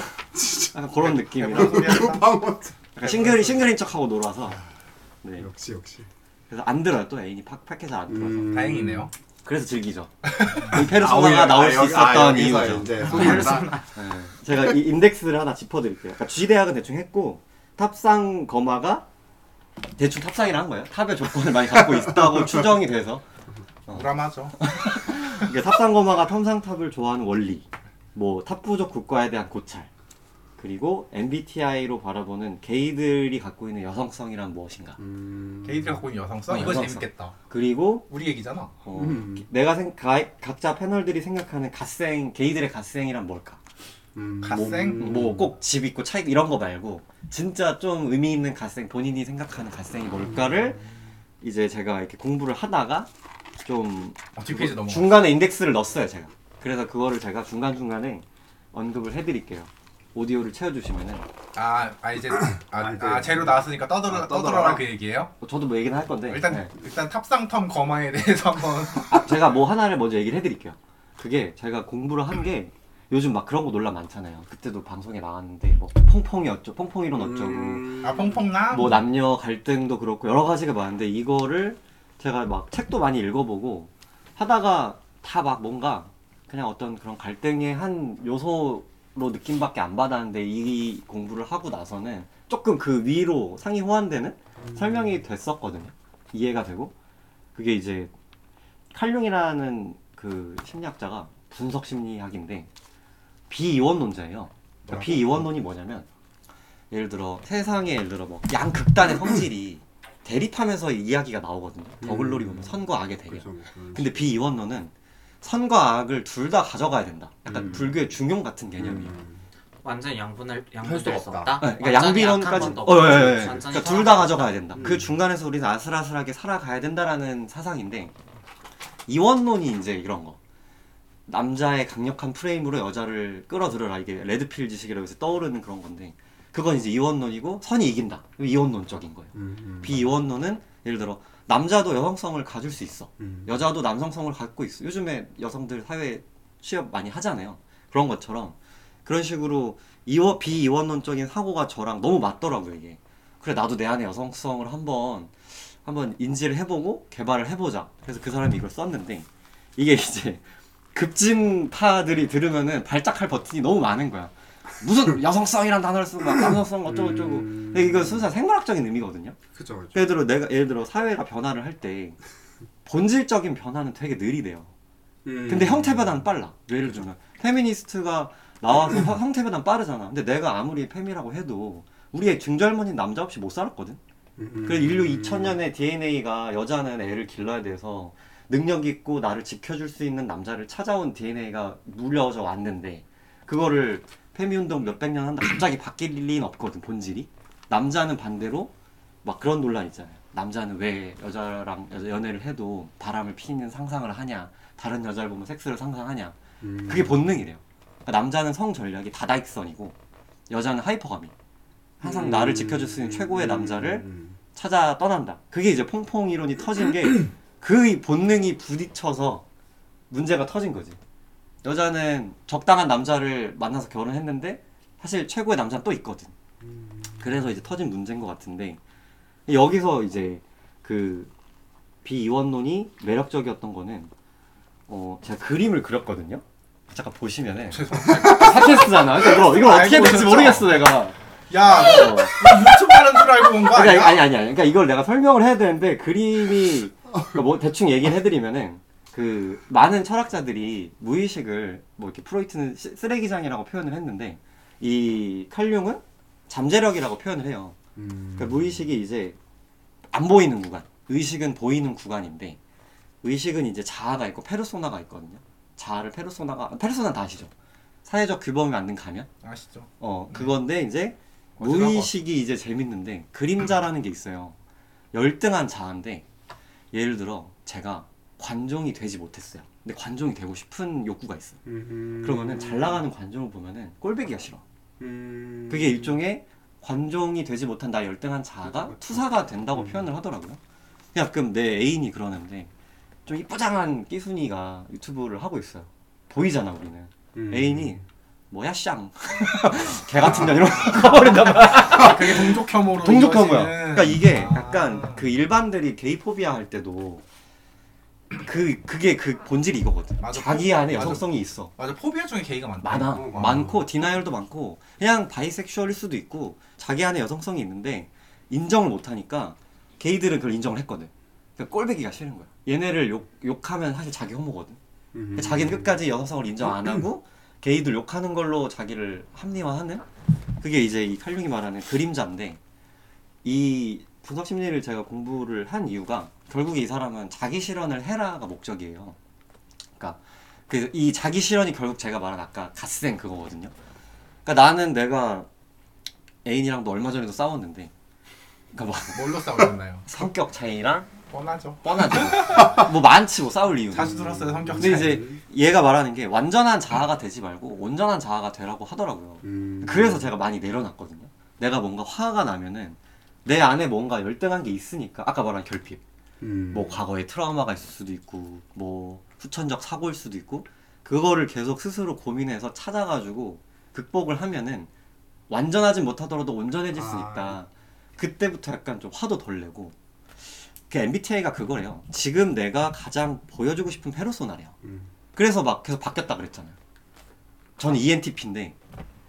약간 그런 느낌이라.
그런 소리야.
방어.
약간 싱글 싱글인 척하고 놀아서 네
역시 역시.
그래서 안 들어요 또 애인이 팍 팍해서 안 들어서
음. 아,
다행이네요.
그래서 즐기죠 이 페르소나가 나올 수 있었던 이유죠 음.
이제 소문이다.
네. 제가 이 인덱스를 하나 짚어드릴게요 그러니까 G 대학은 대충 했고 탑상 거마가 대충 탑상이라 한 거예요 탑의 조건을 많이 갖고 있다고 추정이 돼서
우람하죠.
이게 탑상 거마가 평상탑을 좋아하는 원리 뭐 탑부족 국가에 대한 고찰 그리고 MBTI로 바라보는 게이들이 갖고 있는 여성성이란 무엇인가
음.
게이들 갖고 있는 여성성
어,
이거
여성성.
재밌겠다.
그리고
우리 얘기잖아.
어,
음.
내가 생, 가, 각자 패널들이 생각하는 갓생 게이들의 갓생이란 뭘까?
음.
갓생?
음.
뭐 꼭 집 있고 차 있고 이런 거 말고 진짜 좀 의미 있는 갓생 본인이 생각하는 갓생이 뭘까를 이제 제가 이렇게 공부를 하다가 좀
어, 뒷페이지 넘어.
중간에 인덱스를 넣었어요 제가 그래서 그거를 제가 중간 중간에 언급을 해드릴게요 오디오를 채워주시면은
아, 아 이제 아,
아, 이제.
아 재료 나왔으니까 떠들어
아,
떠들어라
떠들어라.
그 얘기예요.
뭐 저도 뭐 얘기는 할 건데
일단
네.
일단 탑상텀 거마에 대해서 한번
아, 제가 뭐 하나를 먼저 얘기를 해드릴게요. 그게 제가 공부를 한 게 요즘 막 그런 거 논란 많잖아요. 그때도 방송에 나왔는데 뭐 퐁퐁이 어쩌, 퐁퐁이론 어쩌고
음.
아 퐁퐁나
뭐 남녀 갈등도 그렇고 여러 가지가 많은데 이거를 제가 막 책도 많이 읽어보고 하다가 다 막 뭔가 그냥 어떤 그런 갈등의 한 요소로 느낌밖에 안 받았는데 이 공부를 하고 나서는 조금 그 위로 상이 호환되는 설명이 됐었거든요. 이해가 되고 그게 이제 칼융이라는 그 심리학자가 분석 심리학인데 비이원론자예요.
아,
그러니까 비이원론이 뭐냐면 예를 들어 세상에 예를 들어 뭐 양극단의 성질이 대립하면서 이 이야기가 나오거든요. 더글로리 보면 선과 악의 대립.
음. 그죠.
근데 비이원론은 선과 악을 둘 다 가져가야 된다. 약간
음.
불교의 중용 같은 개념이에요.
음.
완전 양분을
할
양분될
수가
수
없다.
아,
없다.
그러니까 양비론까지 어, 예, 예, 예. 그러니까 둘 다 가져가야 된다. 그 중간에서 우리는 아슬아슬하게 살아가야 된다라는 사상인데 이원론이 이제 이런 거. 남자의 강력한 프레임으로 여자를 끌어들여라 이게 레드필 지식이라고 해서 떠오르는 그런 건데 그건 이제 이원론이고 선이 이긴다. 이원론적인 거예요.
음. 음.
비이원론은 예를 들어 남자도 여성성을 가질 수 있어.
음.
여자도 남성성을 갖고 있어. 요즘에 여성들 사회 취업 많이 하잖아요. 그런 것처럼 그런 식으로 이원 비이원론적인 사고가 저랑 너무 맞더라고요 이게. 그래 나도 내 안에 여성성을 한번 한번 인지를 해보고 개발을 해보자. 그래서 그 사람이 이걸 썼는데 이게 이제 급진파들이 들으면은 발작할 버튼이 너무 많은 거야. 무슨 여성성이란 단어를 쓰고 막 남성성 어쩌고 저쩌고. 근데 이거 순수한 생물학적인 의미거든요.
그죠 그죠.
예를 들어 내가 예를 들어 사회가 변화를 할 때 본질적인 변화는 되게 느리대요.
음.
근데 형태 변화는 빨라. 예를 들면 페미니스트가 나와서 형- 형태 변화는 빠르잖아. 근데 내가 아무리 페미라고 해도 우리의 중절모인 남자 없이 못 살았거든.
음.
그래서 인류 2000년의 DNA가 여자는 애를 길러야 돼서 능력 있고 나를 지켜줄 수 있는 남자를 찾아온 DNA가 물려져 왔는데 그거를 페미 운동 몇백 년 한다 갑자기 바뀔 리는 없거든 본질이 남자는 반대로 막 그런 논란 있잖아요. 남자는 왜 여자랑 여자 연애를 해도 바람을 피는 상상을 하냐, 다른 여자를 보면 섹스를 상상하냐.
음.
그게 본능이래요. 그러니까 남자는 성 전략이 다다익선이고 여자는 하이퍼감이. 항상 나를 지켜줄 수 있는 최고의 남자를
음.
찾아 떠난다. 그게 이제 퐁퐁 이론이 터진 게 그 본능이 부딪혀서 문제가 터진 거지. 여자는 적당한 남자를 만나서 결혼했는데 사실 최고의 남자는 또 있거든. 그래서 이제 터진 문제인 것 같은데 여기서 이제 그 비이원론이 매력적이었던 거는 어 제가 그림을 그렸거든요. 잠깐 보시면은 팟캐스트잖아. 그러니까 이거 이걸 어떻게 해야 될지
알고
모르겠어 내가.
야
어.
유튜브 하는 줄 알고 온 거
그러니까 이거-
아니야?
아니 아니 아니. 그러니까 이걸 내가 설명을 해야 되는데 그림이 그러니까 뭐 대충 얘기를 해드리면은 그 많은 철학자들이 무의식을 뭐 이렇게 프로이트는 시- 쓰레기장이라고 표현을 했는데 이 칼융은 잠재력이라고 표현을 해요.
음.
음.
그러니까 무의식이 이제 안 보이는 구간, 의식은 보이는 구간인데 의식은 이제 자아가 있고 페르소나가 있거든요. 자아를 페르소나가 페르소나 다 아시죠? 사회적 규범이 만든 가면.
아시죠?
어 그건데 이제
어지러워.
무의식이 이제 재밌는데 그림자라는 게 있어요 열등한 자아인데 예를 들어 제가 관종이 되지 못했어요 근데 관종이 되고 싶은 욕구가 있어요
음.
그러면은 잘 나가는 관종을 보면은 꼴배기가 싫어
음.
그게 일종의 관종이 되지 못한 나의 열등한 자아가 투사가 된다고 표현을 하더라고요 가끔 내 애인이 그러는데 좀 이쁘장한 끼순이가 유튜브를 하고 있어요 보이잖아 우리는
음.
애인이 뭐야 쌍 개 같은 년 이런 거 버린단 말이야
아, 그게 동족 혐오로
동족한 거야
이루어지는-
그러니까 이게
아.
약간 그 일반들이 게이포비아 할 때도 그 그게 그 본질이 이거거든
맞아.
자기 안에
맞아.
여성성이 있어
맞아 포비아 중에 게이가 많다.
많아
어, 많아.
많고 디나이얼도 많고 그냥 바이섹슈얼일 수도 있고 자기 안에 여성성이 있는데 인정을 못하니까 게이들은 그걸 인정을 했거든 그러니까 꼴배기가 싫은 거야 얘네를 욕, 욕하면 사실 자기 혐오거든
음.
자기는 끝까지 여성성을 인정 안 하고 게이들 욕하는 걸로 자기를 합리화하는 그게 이제 이 칼융이 말하는 그림자인데 이 분석 심리를 제가 공부를 한 이유가 결국에 이 사람은 자기 실현을 해라가 목적이에요. 그러니까 그 이 자기 실현이 결국 제가 말한 아까 갓생 그거거든요. 그러니까 나는 내가 애인이랑도 얼마 전에도 싸웠는데 그러니까 막
뭘로 싸우셨나요?
성격 차이랑
뻔하죠.
뻔하죠. 뭐 많지 뭐 싸울 이유.
자주 들었어요 성격
근데
차이.
이제 얘가 말하는 게 완전한 자아가 되지 말고 온전한 자아가 되라고 하더라고요.
음.
그래서 제가 많이 내려놨거든요. 내가 뭔가 화가 나면은 내 안에 뭔가 열등한 게 있으니까 아까 말한 결핍,
음.
뭐 과거에 트라우마가 있을 수도 있고, 뭐 후천적 사고일 수도 있고, 그거를 계속 스스로 고민해서 찾아가지고 극복을 하면은 완전하진 못하더라도 온전해질 수
아.
있다. 그때부터 약간 좀 화도 덜 내고. 그 MBTI가 그거래요. 지금 내가 가장 보여주고 싶은 페르소나래요.
음.
그래서 막 계속 바뀌었다 그랬잖아요. E 저는 ENTP인데,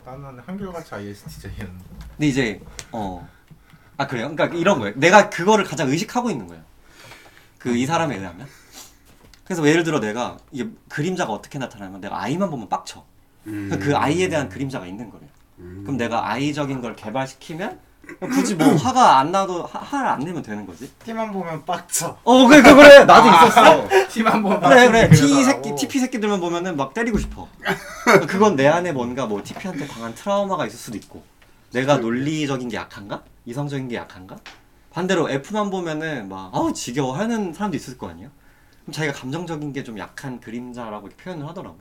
나는 한결같이 ISTJ였는데.
근데 이제 어, 아 그래요? 그러니까 이런 거예요. 내가 그거를 가장 의식하고 있는 거예요. 그 이 사람에 의하면. 그래서 예를 들어 내가 이게 그림자가 어떻게 나타나면 내가 아이만 보면 빡쳐.
음.
그 아이에 대한 그림자가 있는 거래요.
음.
그럼 내가 아이적인 걸 개발시키면 굳이 뭐 화가 안 나도 화- 화를 안 내면 되는 거지.
티만 보면 빡쳐.
어 그래 그 그래 나도 있었어.
팀한 번.
아, 그래 그래 T 새끼
그려달라고.
TP 새끼들만 보면은 막 때리고 싶어. 그러니까 그건 내 안에 뭔가 뭐 TP한테 강한 트라우마가 있을 수도 있고 내가 논리적인 게 약한가? 이성적인 게 약한가? 반대로 F만 보면은 막 아우 지겨워 하는 사람도 있을 거 아니야. 그럼 자기가 감정적인 게 좀 약한 그림자라고 이렇게 표현을 하더라고.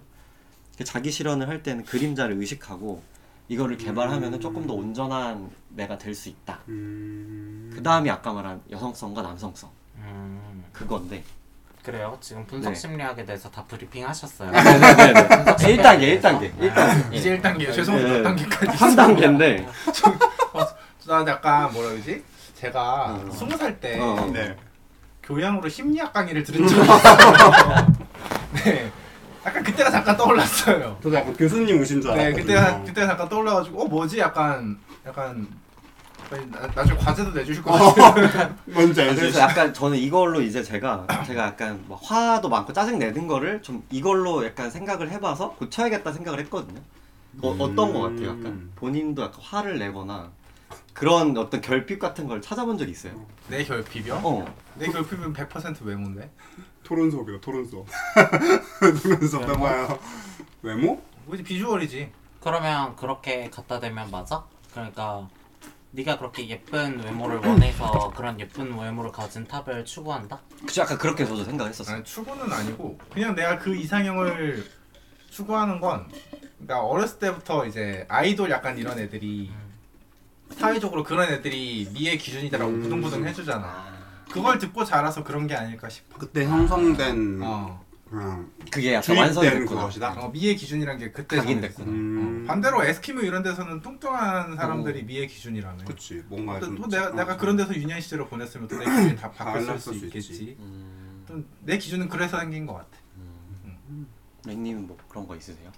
그 자기 실현을 할 때는 그림자를 의식하고 이거를 개발하면은 조금 더 온전한 내가 될 수 있다.
음.
그 다음이 아까 말한 여성성과 남성성
음
그건데.
그래요. 지금 분석
네.
심리학에 대해서 다 브리핑 하셨어요.
네.
네네네. 1단계 1단계 1단계.
이제 1단계예요. 죄송합니다.
예.
1단계까지.
한 단계인데
나 약간 뭐라 그러지? 제가
어.
20살 때
어. 음.
네.
교양으로 심리학 강의를 들은 적이 있어요. 네. 약간 그때가 잠깐 떠올랐어요.
저도 약간 교수님 오신
아,
줄
네,
알았거든요.
그때 그때 잠깐 떠올라가지고 어 뭐지 약간 약간 빨리 나, 나중에 과제도 내주실 것
어.
같아요. 아-
뭔지 알죠?
그래서 약간 저는 이걸로 이제 제가 제가 약간 막 화도 많고 짜증 내는 거를 좀 이걸로 약간 생각을 해봐서 고쳐야겠다 생각을 했거든요. 어, 어떤 것 같아요?
음.
약간 본인도 약간 화를 내거나 그런 어떤 결핍 같은 걸 찾아본 적이 있어요.
내 결핍이요?
어.
내 결핍은 100% 외모인데.
토론 수업이요. 토론 수업. 토론 수업
네.
넘어요. 외모?
뭐지 비주얼이지.
그러면 그렇게 갖다 대면 맞아? 그러니까 네가 그렇게 예쁜 외모를 원해서 그런 예쁜 외모를 가진 탑을 추구한다?
그쵸 약간 그렇게 저도 생각했었어요.
아니, 추구는 아니고 그냥 내가 그 이상형을 추구하는 건 그러니까 어렸을 때부터 이제 아이돌 약간 이런 애들이 사회적으로 그런 애들이 미의 기준이다라고
음.
부둥부둥 해주잖아. 그걸 듣고 자라서 그런 게 아닐까 싶어.
그때 형성된
어,
그냥
그게 약간 완성이
주입된
됐구나.
그것이다.
어, 미의 기준이란 게 그때
각인됐구나.
정했어.
음.
어, 반대로 에스키모 이런 데서는 뚱뚱한 사람들이 미의 기준이라며.
그치 뭔가
또,
좀
또 내가
어,
내가 그런 데서 유년 시절을 보냈으면 또내 기준이 다 바뀌었을 수
달랐을 수
있겠지.
있지.
음,
또 내 기준은 그래서 생긴 것 같아.
랭님은 뭐 그런 거 있으세요?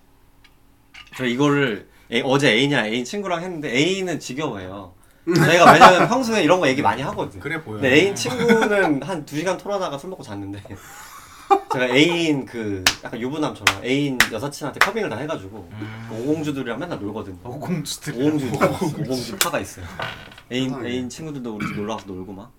저 이거를 애- 어제 애인이랑 애인 친구랑 했는데 애인은 지겨워해요. 저희가 왜냐면 평소에 이런 거 얘기 많이 하거든.
그래 보여.
근데 애인 친구는 한 두 시간 토론하다가 술 먹고 잤는데 제가 애인 그 약간 유부남처럼 애인 여사친한테 커밍을 다 해가지고 오공주들이랑 맨날 놀거든요.
음. 어, 오공주들.
오공주 오공주 파가 있어요. 애인
세상에.
애인 친구들도 우리 집 놀러 와서 놀고 막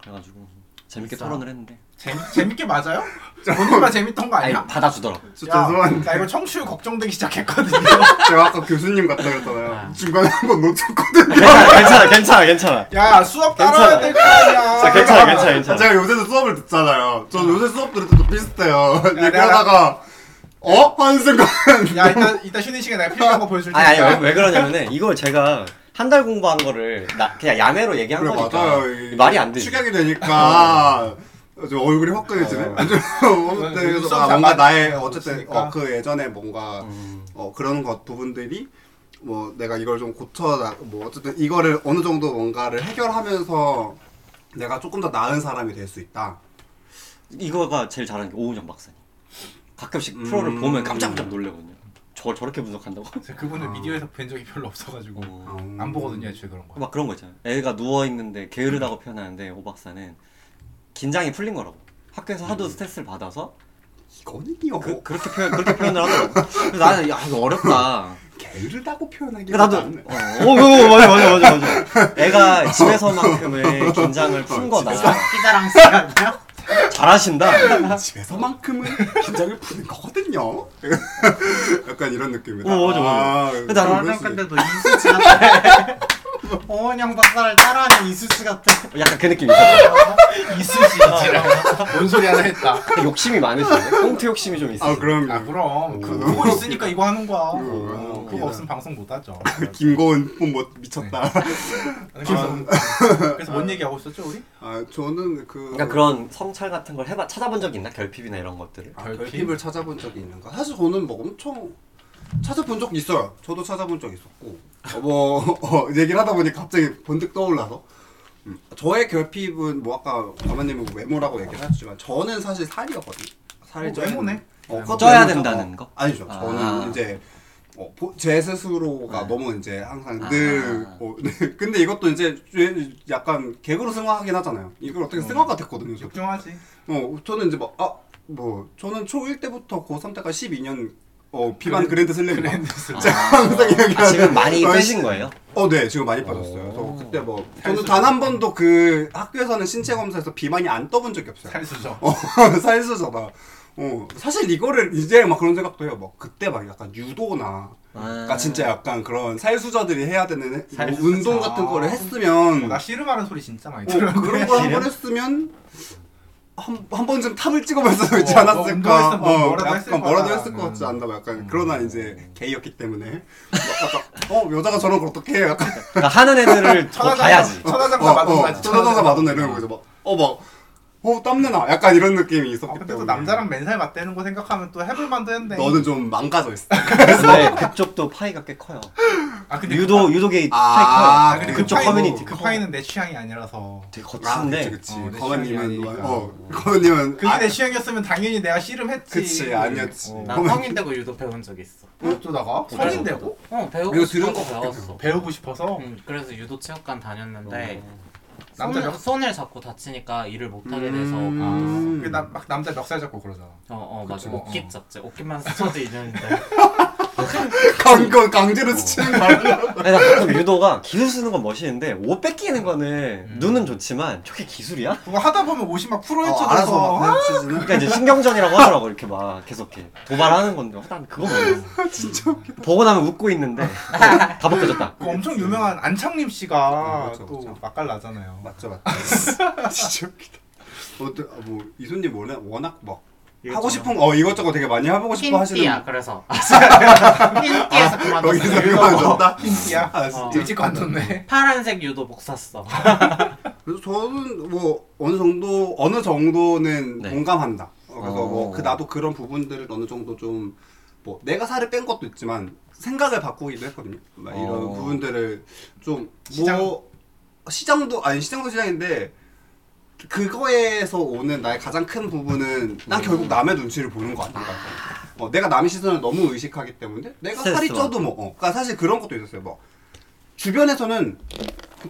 그래가지고 재밌게
진짜.
토론을 했는데
재미, 재밌게 맞아요? 본인만 재밌던 거
아니
아니야?
받아주더라고.
저
야,
죄송한데
나 이거 청취율 걱정되기 시작했거든요.
제가 아까 교수님 같다 그랬잖아요 중간에 한 번 놓쳤거든요
괜찮아 괜찮아 괜찮아.
야 수업 따라야
괜찮아.
될 거 아니야.
자 괜찮아 괜찮아
아,
괜찮아.
제가 요새도 수업을 듣잖아요 저 요새 수업 들을 때도 비슷해요
내가-
얘기하다가 어? 하는 순간
야 이따 이따 쉬는 시간 내가 필요한 거 보여줄 테니까.
아니 아니 왜, 왜 그러냐면은 이걸 제가 한 달 공부한 거를 나 그냥 야매로 얘기한
그래
거니까
맞아요 이게
말이 안 되지.
축약이 되니까 저 얼굴이 화끈해지네
어.
아주 아무튼 그래서
수업
아, 뭔가
잘 맞-
나의
어,
어쨌든
없으니까.
어, 그 예전에 뭔가
음.
어, 그런 것 부분들이 뭐 내가 이걸 좀 고쳐 나뭐 어쨌든 이거를 어느 정도 뭔가를 해결하면서 내가 조금 더 나은 사람이 될 수 있다.
이거가 제일 잘하는 게 오은영 박사님. 가끔씩 프로를
음.
보면 깜짝깜짝 놀래거든요. 저 저렇게 분석한다고?
그래서 그분을 미디어에서 뵌 적이 별로 없어가지고
음.
안 보거든요 애초에 그런 거.
막 그런 거 있잖아요. 애가 누워 있는데 게으르다고 표현하는데 오 박사는 긴장이 풀린 거라고. 학교에서 하도
음.
스트레스를 받아서
이거는요. 뭐
그, 그렇게 표현 그렇게 표현을 하더라고. 그래서 나는 야 이거 어렵다.
게으르다고 표현하기.
그러니까 나도 어, 어, 어, 맞아 맞아 맞아 맞아. 애가 집에서만큼의 긴장을
어,
푼 거다.
어, 끼자랑 씨라고요?
잘하신다.
집에서만큼은 긴장을 푸는 거거든요. 약간 이런 느낌이다.
어, 맞아, 맞아.
아,
근데 나는
그럴
저는
수
근데 너 이수치 같아 오은영 박사를 따라하는 이수치 같아
약간 그 느낌이 있어.
이수지지랑 뭔 소리 하나 했다.
욕심이 많으시네. 꽁트 욕심이 좀 있어.
아 그럼
아 그럼 그-
오.
그거 있으니까 이거 하는 거야.
음.
어, 그거 없으면 방송 못 하죠.
김고은 뭐
네.
미쳤다.
그래서, 뭐, 그래서 뭔 얘기 하고 있었죠 우리?
아 저는 그
그러니까 그런 성찰 같은 걸 해봐 찾아본 적 있나? 결핍이나 이런 것들을.
아,
결핍?
결핍을 찾아본 적이 있는가? 사실 저는 뭐 엄청 찾아본 적 있어요. 저도 찾아본 적 있었고 어, 뭐 어, 얘기를 하다 보니 갑자기 번뜩 떠올라서 음. 저의 결핍은 뭐 아까 과마님은 외모라고 얘기를 하셨지만 저는 사실 살이었거든요. 살이
어,
쪄야
외모네.
되는- 어,
외모.
컷
쪄야
외모죠.
된다는
어,
거?
아니죠.
아.
저는 이제 어, 보- 제 스스로가
네.
너무 이제 항상
아.
늘 어, 근데 이것도 이제 약간 개그로 승화하긴 하잖아요. 이걸 어떻게 승화가 됐거든요. 저도.
걱정하지.
어, 저는 이제 막, 아, 뭐, 저는 초1 때부터 고3 때까지 12년, 어, 비만 그랜드 슬램.
그랜드 슬램.
항상
아, 지금 많이
어,
빼신 거예요?
어, 네, 지금 많이
오.
빠졌어요. 저 그때 뭐, 저는
살수
단 한 번도 그 학교에서는 신체 검사에서 비만이 안 떠본 적이 없어요.
살수죠.
어, 살수잖아. 어, 사실 이거를 이제 막 그런 생각도 해요. 막 그때 막 약간 유도나,
아.
그러니까 진짜 약간 그런 살수자들이 해야 되는 뭐
살수자. 음.
운동 같은 거를 했으면
나 씨름하는 소리 진짜 많이 들어.
음. 어, 그런 걸 한 번 했으면 한, 한 번쯤 탑을 찍어면서 있지
어, 뭐
않았을까?
운동했으면 뭐 뭐라도
약간
했을 거다.
뭐라도 했을 것 같지
음.
않나? 봐. 약간 그러나 이제 게이였기 때문에 약간, 어 여자가 저런 걸 어떻게 해? 약간
그러니까 하는 애들을 더 봐야지.
천하장사 마돈나지.
어, 천하장사 마돈나 이런 거죠. 막어막 어, 땀내나 약간 이런 느낌이
아,
있었기
근데 또
때문에
남자랑 맨살 맞대는 거 생각하면 또 해볼 만도 했네.
너는 좀 망가져 있어.
근데 그쪽도 파이가 꽤 커요.
아 근데
유도 유도계
아,
파이 커요.
그, 아, 근데
어,
그
그쪽
파이는-
커뮤니티
그
커.
파이는 내 취향이 아니라서.
되게
아, 그치
거친데
그치.
어, 내
거만님은
취향이 아니니까.
어 거만님은 아,
그게 내 취향이었으면 당연히 내가 씨름했지.
그치, 아니었지.
어.
나
어머.
성인 되고 유도 배운 적 있어
어쩌다가 성인 되고
어 배우고
이거 들은
싶어서
거
배웠어
배우고 싶어서
응, 그래서 유도 체육관 다녔는데
어.
남자
손을,
몇-
손을 잡고 다치니까 일을
음.
못하게 돼서
아,
그만뒀어
음.
그게 나, 막 남자 멱살 잡고 그러잖아.
어어 맞아
그쵸.
옷깃 잡지 옷깃만 스쳐도 인연인데
강건 강제로
어.
스치는 거 아니야?
아니, 나 가끔 유도가 기술 쓰는 건 멋있는데 옷 뺏기는 거는
음.
눈은 좋지만 저게 기술이야?
그거 하다 보면 옷이 막
어,
프로헤쳐
알아서
가서
막 스치는.
그러니까 이제 신경전이라고 하더라고 이렇게 막 계속해 도발하는 건데 난 그거 몰라
아, 진짜
보고 나면 웃고 있는데 어, 다 벗겨졌다
그 엄청 유명한 안창림 씨가
아, 그렇죠,
또
그렇죠.
맛깔
맞죠
나잖아요.
맞죠. 진짜 웃기다. 어때 아, 뭐 이순님 원래 워낙 막 하고 싶은 거, 어 이것저것 되게 많이 해보고 싶어
흰띠야
하시는.
그래서 흰띠에서
거기서
그만뒀어
이거 줬다.
흰띠야.
아
어.
진짜.
아, 일찍 관뒀네.
파란색 유도복 샀어
그래서 저는 뭐 어느 정도 어느 정도는
네.
공감한다. 어, 그래서
어.
뭐 그 나도 그런 부분들을 어느 정도 좀 뭐 내가 살을 뺀 것도 있지만 생각을 바꾸기도 했거든요. 막 이런
어.
부분들을 좀뭐
시장?
시장도 아니 시장도 시장인데 그거에서 오는 나의 가장 큰 부분은
음.
난 결국 남의 눈치를 보는 거 아닌가. 어, 내가 남의 시선을 너무 의식하기 때문에 내가 살이
스트레스
쪄도 뭐. 어, 그러니까 사실 그런 것도 있었어요. 뭐 주변에서는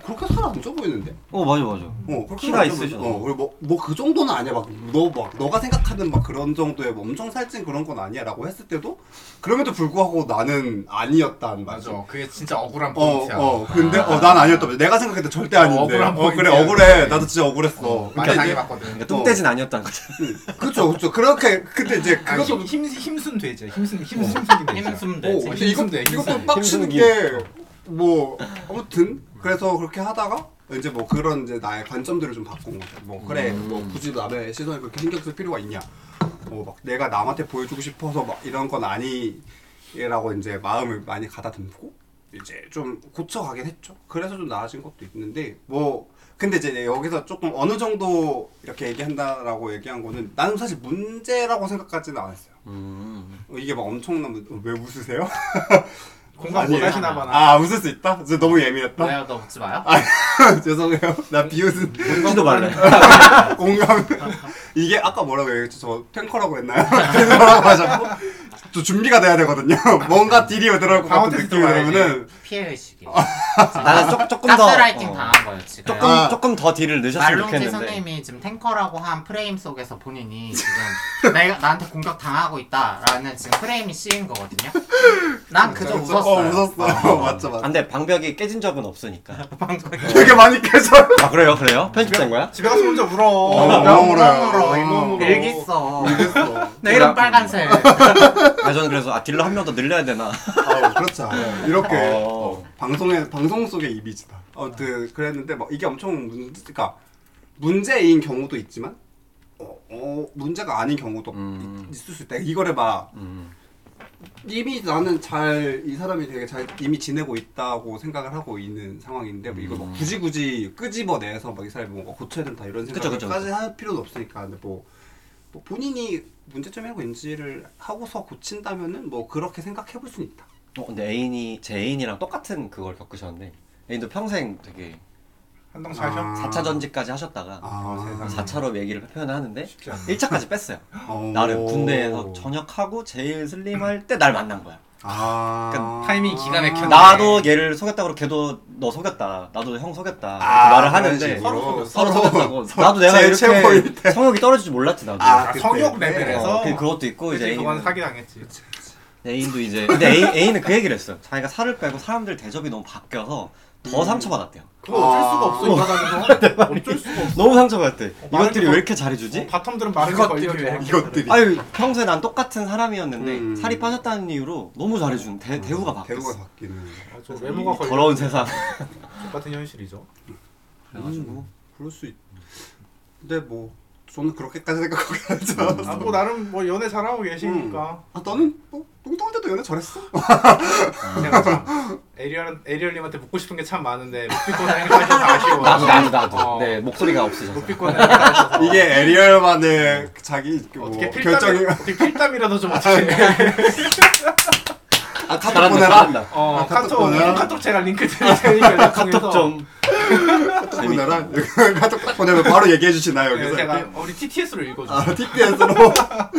그렇게 살 안 쪄 보이는데.
어 맞아 맞아
어, 그렇게
키가
생각해보면-
있으셔.
어, 그리고 뭐 그 정도는 아니야. 막 너 막 너가 생각하는 막 그런 정도의 뭐 엄청 살찐 그런 건 아니야라고 했을 때도 그럼에도 불구하고 나는 아니었단 말이야.
맞아. 그게 진짜 억울한
어,
포인트야.
어, 근데 어, 난 아니었단 말이야. 내가 생각했던 절대 아닌데.
억울한
어, 그래
포인트야.
억울해. 나도 진짜 억울했어.
많이
근데
당해봤거든.
어.
그러니까 뚱떼진 아니었다는 거죠
이제- 그쵸, 그쵸. 그렇게 근데 이제
아,
그것도
힘, 힘, 힘순 돼지. 힘순 힘순 순이 돼지.
힘쓰면
어,
되지
어,
근데 이거,
힘쓰면 돼,
이것도
힘쓰면
빡치는
돼.
게 뭐 아무튼 그래서 그렇게 하다가 이제 뭐 그런 이제 나의 관점들을 좀 바꾼 거죠. 뭐 그래 뭐 굳이 남의 시선에 그렇게 신경 쓸 필요가 있냐. 뭐막 내가 남한테 보여주고 싶어서 막 이런 건 아니라고 이제 마음을 많이 가다듬고 이제 좀 고쳐가긴 했죠. 그래서 좀 나아진 것도 있는데 뭐 근데 이제 여기서 조금 어느 정도 이렇게 얘기한다라고 얘기한 거는 나는 사실 문제라고 생각하지는 않았어요.
음.
어, 이게 막 엄청난 문- 어, 왜 웃으세요?
공감
아니에요.
못 하시나 네. 봐나.
아 웃을 수 있다? 진짜 너무 예민했다.
뭐야 너 웃지 마요?
죄송해요. 나 비웃은
웃지도 말래
아, 공감. 이게 아까 뭐라고 얘기했죠? 저 탱커라고 했나요? 탱커라고 하셨고 저 준비가 돼야 되거든요. 뭔가 딜이 들어올 것
방어
같은
테스트
느낌이
봐야지.
들면은
피해 의식이
나는 조, 조금 더
가스라이팅
어,
당한 거예요 지금
조금
아.
조금 더 딜을 넣으셨으면
말롱지
좋겠는데
선생님이 지금 탱커라고 한 프레임 속에서 본인이 지금 내가 나한테 공격 당하고 있다라는 지금 프레임이 씌인 거거든요. 난 그저
어
웃었어요.
웃었어요. 아, 맞죠 맞죠.
안돼 아, 방벽이 깨진 적은 없으니까
되게 많이 깨져.
아 그래요 그래요 편집된 거야?
집에 가서 혼자 울어.
너무 울어요.
울어. 엉엉 울어.
일기 써.
이랬어.
내 이름 빨간색.
아 저는 그래서 아 딜러 한 명 더 늘려야 되나
아 그렇죠. 이렇게
어.
어, 방송에 방송 속의 이미지다. 아무튼 그랬는데 막 이게 엄청 문제, 그러니까 문제인 경우도 있지만 어, 어, 문제가 아닌 경우도
음.
있- 있을 수 있다. 이거를 막
음.
이미 나는 잘 이 사람이 되게 잘 이미 지내고 있다고 생각을 하고 있는 상황인데 뭐 이걸 막 굳이 굳이 끄집어내서 막 이 사람이 뭔가 고쳐야 된다 이런
그쵸, 그쵸,
생각까지 할 필요는 없으니까 근데 뭐, 뭐 본인이 문제점이라고 인지를 하고서 고친다면은 뭐 그렇게 생각해 볼 수는 있다.
어, 근데 애인이 제 애인이랑 똑같은 그걸 겪으셨는데 애인도 평생 되게
한동 잘 쉬어.
아.
4차 전지까지 하셨다가
아,
사 4차로 얘기를 표현하는데
쉽지 않네.
1차까지 뺐어요
어.
나를 군대에서 전역하고 제일 슬림할 때 날 만난 거야
아.
그러니까
타이밍이 기가 막혔네.
나도 얘를 속였다 그러고 걔도 너 속였다 나도 형 속였다
아,
이렇게 말을
그런
하는데
식으로.
서로 속였다고
서로
나도 내가
제일
이렇게
최고일
성욕이 떨어질 줄 몰랐지 나도
아,
아,
그때.
성욕
그래서
레벨에서.
어, 그것도 있고 이제
그치, 그건
애인은,
사기 당했지.
애인도 이제 근데 애인, 애인은 그 얘기를 했어요 자기가 살을 빼고 사람들 대접이 너무 바뀌어서
음.
더 상처받았대요
그거 어쩔 수가 없어 이 바닥에서. 어쩔 수가 없어.
너무 상처받았대
말을
이것들이
더-
왜 이렇게 잘해주지?
어, 바텀들은 마른 게
그것들이 왜
걸려줘.
이렇게
이것들이.
아유 평소에 난 똑같은 사람이었는데
음.
살이 빠졌다는 이유로 너무 잘해준 대, 대우가 바뀌었어
대우가 음, 바뀌는.
맞아,
이
외모가 걸려.
음, 더러운 세상
똑같은 현실이죠.
그래가지고
그럴 수 있. 근데 뭐 저는 그렇게까지 생각하고 하지 않았어.
아, 뭐 나름 뭐 연애 잘하고 계시니까.
아 너는 뭐 뚱뚱한데도 연애 잘했어?
아.
제가 참 에리얼 에리얼님한테 묻고 싶은 게 참 많은데 루피콘 행사하셔서 아쉬워.
나도 나도 나도
어.
네 목소리가 없으셔서
루피콘 행사하셔서
이게 에리얼만의 자기 뭐
어떻게 필담
결정이.
어떻게 필담이라도 좀 어떻게.
아 카톡
잘한다
보내라.
잘한다
어
아,
카톡
카톡 보내라.
오늘 아, 카톡 제가 링크 드릴 테니까
카톡 좀
카톡 보내라. 카톡 딱 보내면 바로 얘기해 주시나요
네,
여기서?
제가
이렇게?
우리 TTS로 읽어줘.
아 TPS로.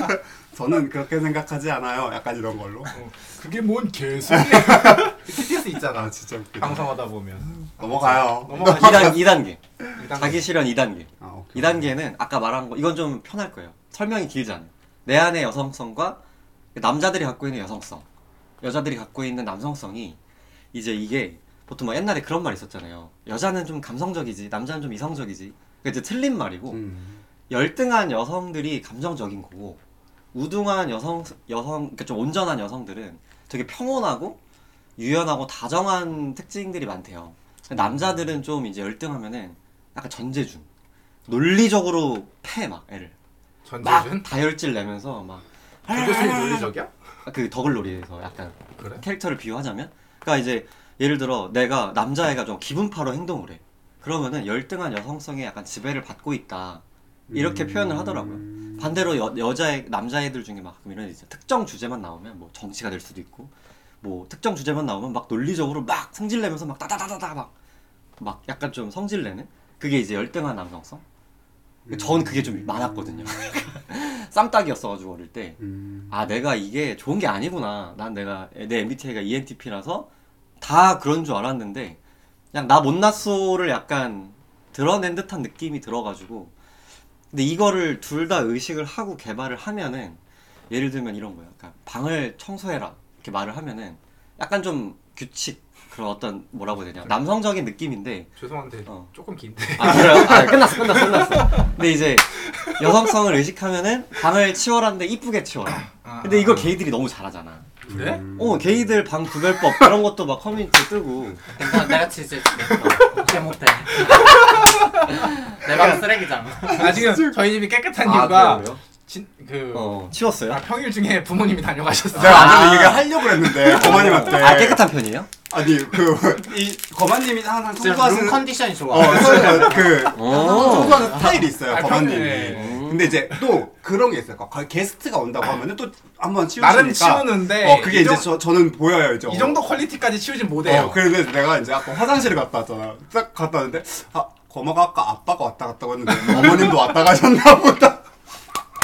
저는 그렇게 생각하지 않아요. 약간 이런 걸로.
어. 그게 뭔 개소리야. TTS 있잖아.
아 진짜 웃기다.
방송하다 보면
넘어가요.
넘어가시.
2단, 2단계
이 단계.
자기 실현 2단계
아, 오케이.
2단계는 아까 말한 거 이건 좀 편할 거예요 설명이 길지 않아요 내 안의 여성성과 남자들이 갖고 있는 여성성 여자들이 갖고 있는 남성성이 이제 이게 보통 막 옛날에 그런 말 있었잖아요. 여자는 좀 감성적이지, 남자는 좀 이성적이지. 그게 이제 틀린 말이고
음.
열등한 여성들이 감정적인 거고 우등한 여성 여성 그러니까 좀 온전한 여성들은 되게 평온하고 유연하고 다정한 특징들이 많대요.
음.
근데 남자들은 좀 이제 열등하면은 약간 전재준 논리적으로 패막 애를 막
전재준?
다혈질 내면서 막
전재준이 논리적이야?
그 더글놀이에서 약간
그래?
캐릭터를 비유하자면 그러니까 이제 예를 들어 내가 남자애가 좀 기분파로 행동을 해 그러면은 열등한 여성성에 약간 지배를 받고 있다 이렇게
음.
표현을 하더라고요
음.
반대로 여, 여자애 남자애들 중에 막 가끔 이런 이제 특정 주제만 나오면 뭐 정치가 될 수도 있고 뭐 특정 주제만 나오면 막 논리적으로 막 성질 내면서 막 따다다다다 막 막 약간 좀 성질 내는 그게 이제 열등한 남성성 전 그게 좀 많았거든요 쌈딱이었어가지고 어릴 때
음.
아 내가 이게 좋은 게 아니구나 난 내가 내 MBTI가 E ENTP라서 다 그런 줄 알았는데 그냥 나 못났소를 약간 드러낸 듯한 느낌이 들어가지고 근데 이거를 둘 다 의식을 하고 개발을 하면은 예를 들면 이런 거예요 약간 방을 청소해라 이렇게 말을 하면은 약간 좀 규칙 그런 어떤 뭐라고 해야 되냐 남성적인 느낌인데
죄송한데
어.
조금 긴데
아 그래요? 아 끝났어 끝났어 끝났어 근데 이제 여성성을 의식하면은 방을 치워라는데 이쁘게 치워라
아,
근데 이걸
아.
게이들이 너무 잘하잖아
그래?
음.
어 게이들 방 구별법 그런 것도 막 커뮤니티 뜨고
괜찮아 내가 치질 어, 못해 못해 내 방 쓰레기장
아 지금 저희 집이 깨끗한
아,
이유가
그래요?
진, 그
어
아,
치웠어요?
평일 중에 부모님이 다녀가셨어요.
내가 아들로 얘기를 하려고 그랬는데 어머님한테
아 깨끗한 편이에요?
아니 그이 거만님이 항상
지금 룸
청소하시는
컨디션이 좋아
어, 청소하는 그 청소하는 스타일이 있어요
아,
거만님이
평소에.
근데 이제 또 그런 게 있어요 거의 게스트가 온다고 하면은 또 한번 치우시니까
나름 치우는데
어 그게
이,
이제
정,
저, 저는 보여요 이제
이 정도 퀄리티까지 치우진 못해요.
어, 그래서 내가 이제 아까 화장실을 갔다 왔잖아. 딱 갔다 왔는데, 아, 거마가 아까 아빠가 왔다 갔다고 했는데, 어머님도 왔다 가셨나 보다.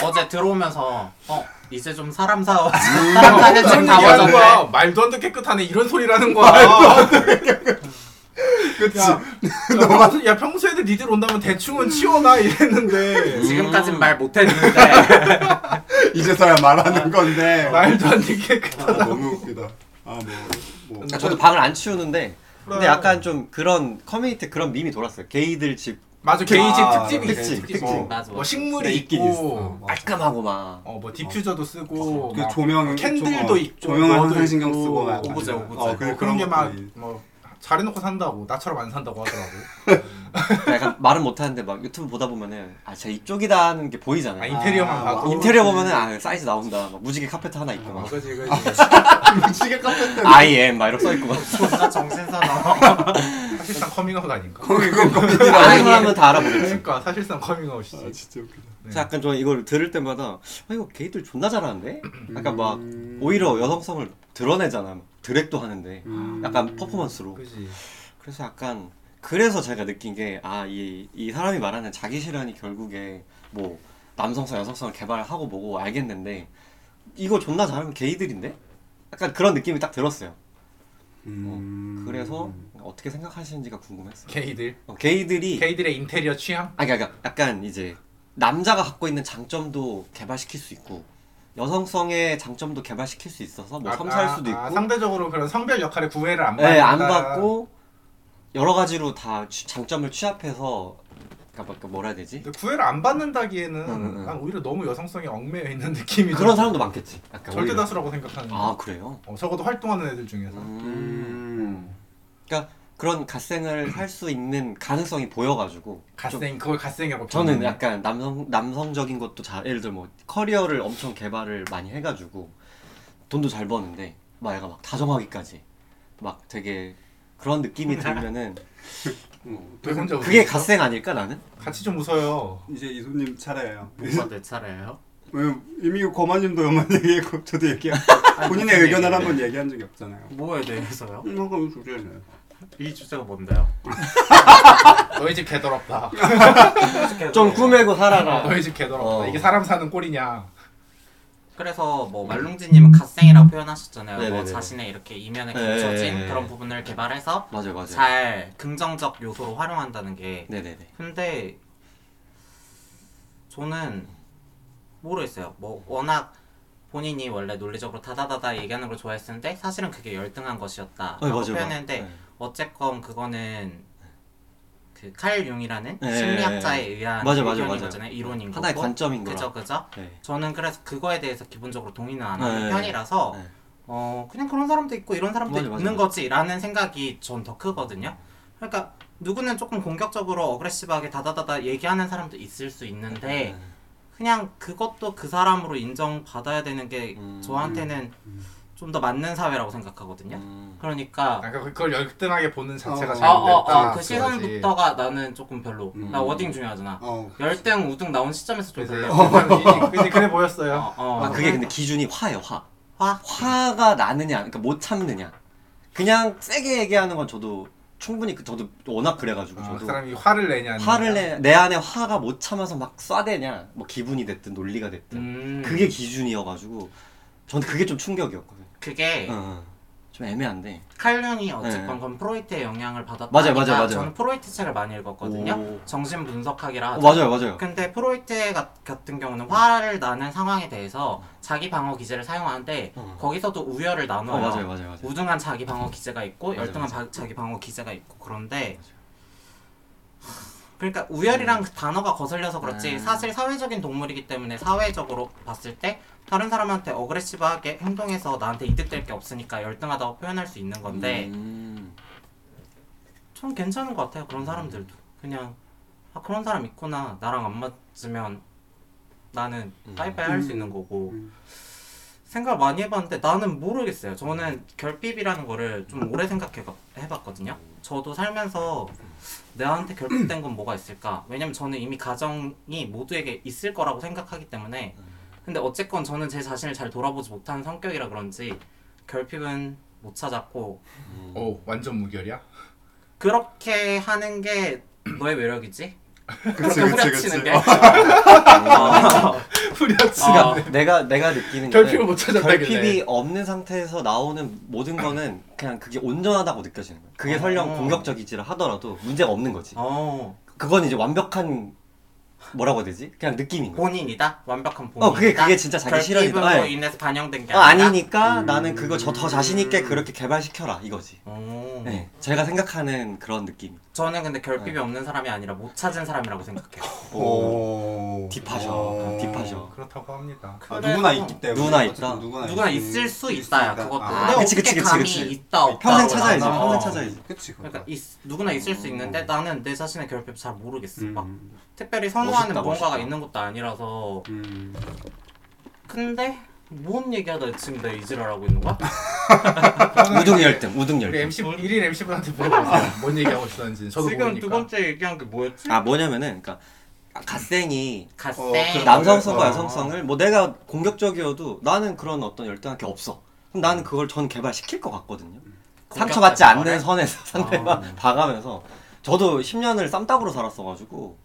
어제 들어오면서 어 이제 좀 사람 사와
음.
사람 사는
어, 그런
집다
얘기하는
와줬네
거야. 말도 안 돼 깨끗하네 이런 소리라는 거야.
그치.
야, 야, 평소, 야 평소 애들 니들 온다면 대충은 치워놔 이랬는데
음.
지금까진 말 못했는데
이제서야 말하는 건데.
말도 안 돼 깨끗하다.
아, 너무 웃기다. 아, 뭐, 뭐.
그러니까 저도 방을 안 치우는데 근데 약간 좀 그런 커뮤니티 그런 밈이 돌았어요 게이들 집
맞아 게이지
아, 네,
특집이
특집, 특집.
뭐,
맞아,
뭐
맞아.
식물이
있긴 있어.
있고
맞아.
깔끔하고 막
어 뭐 디퓨저도 쓰고
그
뭐 막
조명,
캔들도
조- 어,
있고
조명을
뭐도
항상 신경
있고,
쓰고 막.
오브제,
약간.
오브제.
어, 그래, 그런
뭐 그런 게
것들이.
막 뭐 잘해놓고 산다고 나처럼 안 산다고 하더라고.
그러니까 약간 말은 못하는데 막 유튜브 보다 보면은 아 제가 이쪽이다 하는 게
아,
보이잖아요
인테리어만
아,
봐도
인테리어 보면은 아 사이즈 나온다 막 무지개 카페트 하나 있고 막
그거지 그거지.
시계 깜짝 때
I am 막 이렇게 써있고 막
아, 존나 정신사나워
사실상 커밍아웃 아닌가?
그건 겁니다.
아는 사람은 다 알아보겠지
그러니까 사실상
아,
커밍아웃이지.
진짜 웃기다.
네.
그래서 약간 저 이걸 들을 때마다 아 이거 게이들 존나 잘하는데? 약간 막
음.
오히려 여성성을 드러내잖아 드랙도 하는데
음.
음.
약간 퍼포먼스로
그지.
그래서 약간 그래서 제가 느낀 게 아 이 이 사람이 말하는 자기 실현이 결국에 뭐 남성성 여성성을 개발하고 뭐고 알겠는데 이거 존나 잘하면 게이들인데? 약간 그런 느낌이 딱 들었어요
음.
그래서 어떻게 생각하시는지가 궁금했어요
게이들.
어, 게이들이
게이들의 인테리어 취향?
아, 그러니까 약간 이제 남자가 갖고 있는 장점도 개발시킬 수 있고 여성성의 장점도 개발시킬 수 있어서 뭐
아,
섬세할
아,
수도 있고,
아, 상대적으로 그런 성별 역할의 구애를 안 받는다.
예, 안 받고 여러 가지로 다 취- 장점을 취합해서 그러니까 뭐- 뭐라 해야 되지?
근데 구애를 안 받는다기에는
응, 응, 응.
난 오히려 너무 여성성이 얽매여 있는 느낌이
그런
좀
사람도 많겠지. 약간
절대
오히려.
다수라고 생각하는.
아 그래요?
어, 적어도 활동하는 애들 중에서.
음.
음.
그러니까 그런 갓생을 할 수 있는 가능성이 보여가지고 좀
갓생 그걸 갓생이라고.
저는
표현하는
약간 남성 남성적인 것도 잘 예를 들어 뭐 커리어를 엄청 개발을 많이 해가지고 돈도 잘 버는데 막 얘가 막 다정하기까지 막 되게 그런 느낌이 들면은
왜 혼자 웃어?
그게 갓생 아닐까 나는?
같이 좀 웃어요.
이제 이소님 차례예요.
오빠 내 차례예요?
왜 이미 거마님도 연만 얘기했고 저도 얘기하고 본인의
무슨
의견을
얘기예요?
한번 얘기한 적이 없잖아요.
뭐에 대해서요?
음, 그럼 주제는
이 주제가 뭔데요?
너희 집 개더럽다.
좀 꾸매고 살아라.
어, 너희 집 개더럽다.
어.
이게 사람 사는 꼴이냐?
그래서 뭐 말룽지님은 갓생이라고 표현하셨잖아요. 뭐
네네네.
자신의 이렇게 이면에
네.
감춰진 그런 부분을 개발해서
맞아요, 맞아요.
잘 긍정적 요소로 활용한다는 게.
네네네.
근데 저는 모르겠어요. 뭐 워낙 본인이 원래 논리적으로 다다다다 얘기하는 걸 좋아했었는데 사실은 그게 열등한 것이었다.
네,
라고
맞아요.
표현했는데
네.
어쨌건 그거는 그 칼 융이라는
네,
심리학자에
네, 네.
의한
맞아, 맞아,
의견인
맞아.
거잖아요. 이론인 거고.
하나의 관점인 거라.
그죠 그죠.
네.
저는 그래서 그거에 대해서 기본적으로 동의는 안 하는
네.
편이라서
네.
어 그냥 그런 사람도 있고 이런 사람도
맞아, 맞아,
있는
맞아.
거지라는 생각이 전 더 크거든요. 그러니까 누구는 조금 공격적으로 어그레시브하게 다다다다 얘기하는 사람도 있을 수
네.
있는데 그냥 그것도 그 사람으로 인정받아야 되는 게
음.
저한테는 좀 더 맞는 사회라고 생각하거든요.
음. 아,
그러니까
그러니까 그걸 열등하게 보는 자체가
어.
어, 어, 어,
잘못됐다.
그
그거지.
시선부터가 나는 조금 별로.
음.
나 워딩 중요하잖아.
어.
열등 우등 나온 시점에서 좀
그래서
별로.
약간 이- 이제 그래 보였어요.
어, 어.
아, 그게 근데 기준이 화예요, 화.
화?
화가 나느냐, 그러니까 못 참느냐. 그냥 세게 얘기하는 건 저도 충분히 그 저도 워낙 그래가지고
어, 그
저도
사람이 화를 내냐 안
화를
내냐.
내, 내 안에 화가 못 참아서 막 쏴대냐, 뭐 기분이 됐든 논리가 됐든
음,
그게 기준이어가지고 저는 그게 좀 충격이었거든요.
그게
어, 어. 좀 애매한데.
칼륜이 어쨌건
네.
건 프로이트의 영향을 받았다.
맞아요, 맞아요, 맞아요.
저는 프로이트 책을 많이 읽었거든요.
오.
정신 분석학이라
어,
하죠.
맞아요, 맞아요.
근데 프로이트 가- 같은 경우는 화를 나는 상황에 대해서 자기 방어 기제를 사용하는데
어.
거기서도 우열을 나눠요.
어, 맞아요, 맞아요, 맞아요.
우등한 자기 방어 기제가 있고
맞아요,
열등한
맞아요.
바- 자기 방어 기제가 있고 그런데 하, 그러니까 우열이랑 그 단어가 거슬려서 그렇지
음.
사실 사회적인 동물이기 때문에 사회적으로 봤을 때 다른 사람한테 어그레시브하게 행동해서 나한테 이득될 게 없으니까 열등하다고 표현할 수 있는 건데
음.
전 괜찮은 것 같아요 그런 사람들도 그냥 아 그런 사람 있구나 나랑 안 맞으면 나는 빠이빠이 할 수 있는 거고
음.
생각 많이 해봤는데 나는 모르겠어요 저는 결핍이라는 거를 좀 오래 생각해봤거든요 저도 살면서 내한테 결핍된 건 뭐가 있을까 왜냐면 저는 이미 가정이 모두에게 있을 거라고 생각하기 때문에 근데 어쨌건 저는 제 자신을 잘 돌아보지 못하는 성격이라 그런지 결핍은 못 찾았고
오 어, 완전 무결이야.
그렇게 하는 게 너의 매력이지?
그치,
그렇게
그치,
후려치는
그치.
게?
어.
아.
후려치가
어.
그러니까 내가 내가 느끼는
결핍을
거는
못 찾았다길래.
결핍이 없는 상태에서 나오는 모든 거는 그냥 그게 온전하다고 느껴지는 거예요. 그게
아.
어.
설령 공격적이지라 하더라도 문제가 없는 거지.
어,
그건 이제 완벽한 뭐라고 해야 되지? 그냥 느낌인 거야.
본인이다? 완벽한 본인이다?
어, 그게- 그게 진짜 자기 실현이다.
결핍으로
네.
인해서 반영된 게
어,
아니라?
아니니까 나는 그거 저 더 자신 있게 그렇게 개발시켜라 이거지.
어.
네, 제가 생각하는 그런 느낌.
저는 근데 결핍이 없는 사람이 아니라 못 찾은 사람이라고 생각해요
아, 오,
오.
딥하셔,
어.
딥하셔.
그렇다고 합니다.
아, 누구나 있기 때문에.
누구나 있다.
누구나,
누구나 있을 수 있다야 그것도
아,
근데
그치,
어떻게
그치, 그치,
감히
그치.
있다 없다
평생 찾아야지.
나눠.
평생 찾아야지. 음.
그치, 그거.
어. 그러니까 있, 누구나 있을 수 있는데 나는 내 자신의 결핍 잘 모르겠어 막
음.
특별히 선호하는
멋있다,
무언가가
멋있다.
있는 것도 아니라서
음.
근데 뭔 얘기하다 지금 내 이질하라고 있는 거야?
우등 열등, 우등
우리
열등.
MC 일일 MC분한테 물어보세요. 뭔 얘기하고 있었는지 저도
아. 지금
모르니까.
두 번째 얘기한 게 뭐였지?
아 뭐냐면은 그러니까 갓생이
갓생.
어, 그래, 나-
남성성과
아.
어.
여성성을 뭐 내가 공격적이어도 나는 그런 어떤 열등한 게 없어. 그럼 나는 그걸 전 개발시킬 것 같거든요. 상처받지
공격하는
않는
거를?
선에서 상대방
아.
봐가면서 저도 10년을 쌈딱으로 살았어가지고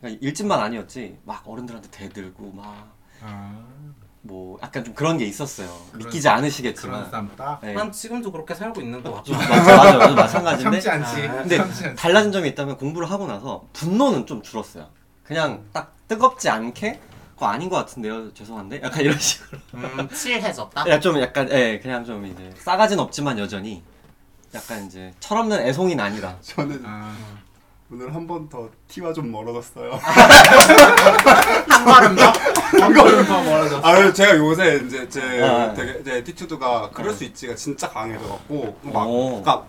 그냥 일진만 아니었지 막 어른들한테 대들고
아,
막 뭐 약간 좀 그런 게 있었어요.
그런-
믿기지
그런
않으시겠지만
싸움 따.
네.
난 지금도 그렇게 살고 있는 것
좀
같아.
맞아 맞아 맞아 마찬가지인데
참지 않지.
아,
근데
참지 않지.
달라진 점이 있다면 공부를 하고 나서 분노는 좀 줄었어요. 그냥 딱 뜨겁지 않게 그거 아닌 것 같은데요. 죄송한데 약간 이런 식으로.
음, 칠해졌다.
야, 좀 약간 예 그냥 좀 이제 싸가진 없지만 여전히 약간 이제 철없는 애송이는 아니다.
네.
저는
아,
오늘 한 번 더 티와 좀 멀어졌어요.
아, 한 걸음 더.
한걸음 더 멀어졌어.
아 제가 요새 이제 제
아.
되게 제 애티튜드가 그럴 수 있지가 진짜 강해져갖고 막
오.
그러니까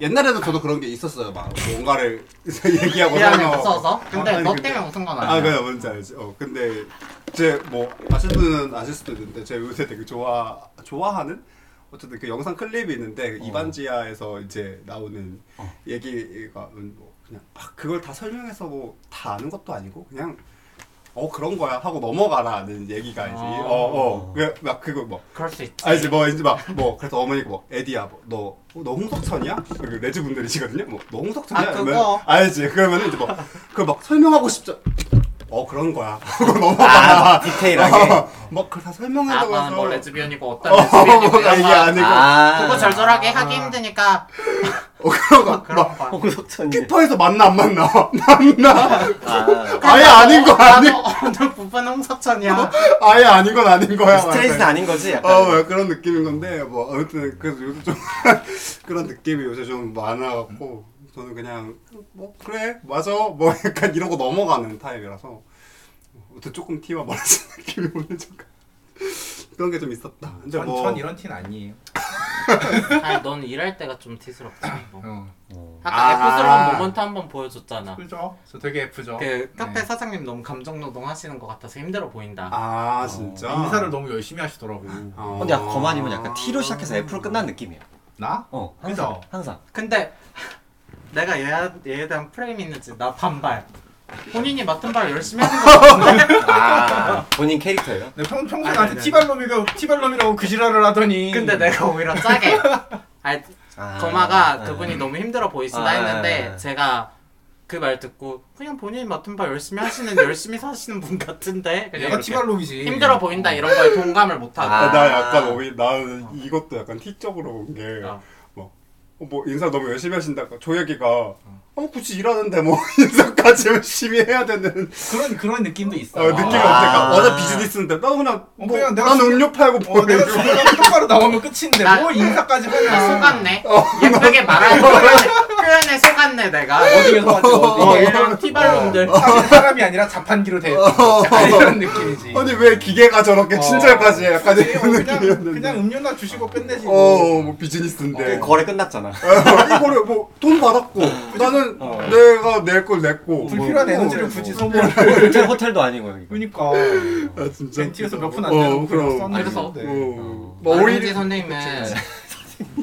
옛날에도 저도 그런 게 있었어요 막 뭔가를 이제 얘기하고
미안해
살면
웃어서. 근데
예, 아니,
너
근데-
때문에 웃은 건
아
아니야.
그래 뭔지 알지 어 근데 제 뭐 아실 분은 아실 수도 있는데 제가 요새 되게 좋아 좋아하는 어쨌든 그 영상 클립이 있는데
어.
이반지하에서 이제 나오는 얘기가 뭐 그냥 막 그걸 다 설명해서 뭐 다 아는 것도 아니고 그냥 어 그런 거야 하고 넘어가라는 얘기가 이제
아.
어어막 그거 뭐
그럴 수 있지.
알지 뭐 이제 막 뭐 그래서 어머니가 뭐 에디야 뭐너너 홍석천이야? 여기 레즈 분들이시거든요. 뭐너 홍석천이야?
아, 그거.
이러면 알지. 그러면 이제 뭐그막 설명하고 싶죠. 어 그런 거야. 하고
아
넘어가.
디테일하게.
막 그걸 다
아,
설명하려고
나는
해서
뭐 레즈비언이고 어떤
어,
레즈비언이고
뭐가
이런
이게
거.
아니고
아
그거 절절하게 하기 힘드니까
어, 그런 거.
그런
막,
거. 봐.
홍석천이네.
키퍼에서 맞나 안 맞나? 맞나?
아,
아예 아닌 거 뭐. 아니?
오늘 부분 홍석천이야.
아예 아닌 건 아닌 거야.
스트레이트는 아닌 거지. 약간.
어왜 그런 느낌인 건데 뭐 아무튼 그래서 요새 좀 그런 느낌이 요새 좀 많아갖고 저는 그냥 뭐 그래 맞아 뭐 약간 이러고 넘어가는 타입이라서 어때 조금 티와 멀어진 느낌이 오늘 잠깐 그런 게 좀 있었다. 근데
전,
뭐
전 이런 티는 아니에요.
아니 넌 일할 때가 좀 티스럽지. 뭐.
어.
어.
아까
아.
F스러운 모먼트 한번 보여줬잖아.
그죠? 저 되게 예쁘죠.
그 카페
네.
사장님 너무 감정 노동하시는 것 같아서 힘들어 보인다.
아 진짜
어, 인사를 너무 열심히 하시더라고.
어.
근데 약간 어, 거만이면 약간 T로 시작해서 F로 끝난 느낌이야.
나?
어,
그죠?
항상. 항상.
근데 내가 얘, 얘에 대한 프레임이 있는지 나 반발. 본인이 맡은 바를 열심히 하는 거 같은데?
아, 본인 캐릭터예요?
내 네, 평, 평소에
아니,
나한테
아니.
티발놈이라고, 티발놈이라고 그 지랄을 하더니.
근데 내가 오히려 짜게. 아니,
아,
거마가
네.
그분이 너무 힘들어 보이신다
아,
했는데
네.
제가 그 말 듣고 그냥 본인이 맡은 바 열심히 하시는 열심히 사시는 분 같은데 그냥
얘가
이렇게
티발놈이지.
힘들어 보인다 이런 거에 동감을 못 하고
아.
나 약간 오히 나는 이것도 약간 티적으로 본 게
어.
아.
막 뭐 인사 너무 열심히 하신다. 조혁이가 어 굳이 일하는데 뭐 인사까지 열심히 해야 되는
그런, 그런 느낌도 있어.
어, 느낌이 없으니까
아.
어제 비즈니스인데 나 그냥
어,
뭐,
그냥 내가
난
지금-
음료 팔고
어,
보내.
내가 죽으려고 똑바로 나오면 끝인데,
나-
뭐 인사까지
나
하냐.
속았네 예쁘게 말하고 표현에, 표현에 속았네 내가
어디에 속았지,
어,
어디.
이런 티발놈들
사실 사람이 아니라 자판기로 돼. 약간 이런 느낌이지.
어. 아니 왜 기계가 저렇게
어.
친절까지 해? 약간
그치? 어,
이런
그냥,
느낌이었는데.
그냥 음료나 주시고 끝내지. 뭐.
어, 뭐 비즈니스인데.
그 거래 끝났잖아.
이거를 뭐 돈 받았고 나는
어.
내가 낼 걸 냈고
불필요한
뭐,
에너지를
뭐.
굳이 소모를.
호텔, 호텔도 아니고 여기.
그러니까.
아 진짜
벤티에서 네, 몇 푼 안
어,
내고 그냥
그럼.
썼는데. 음.
그래서-
어. 뭐
마른지
오히려
아, 선생님은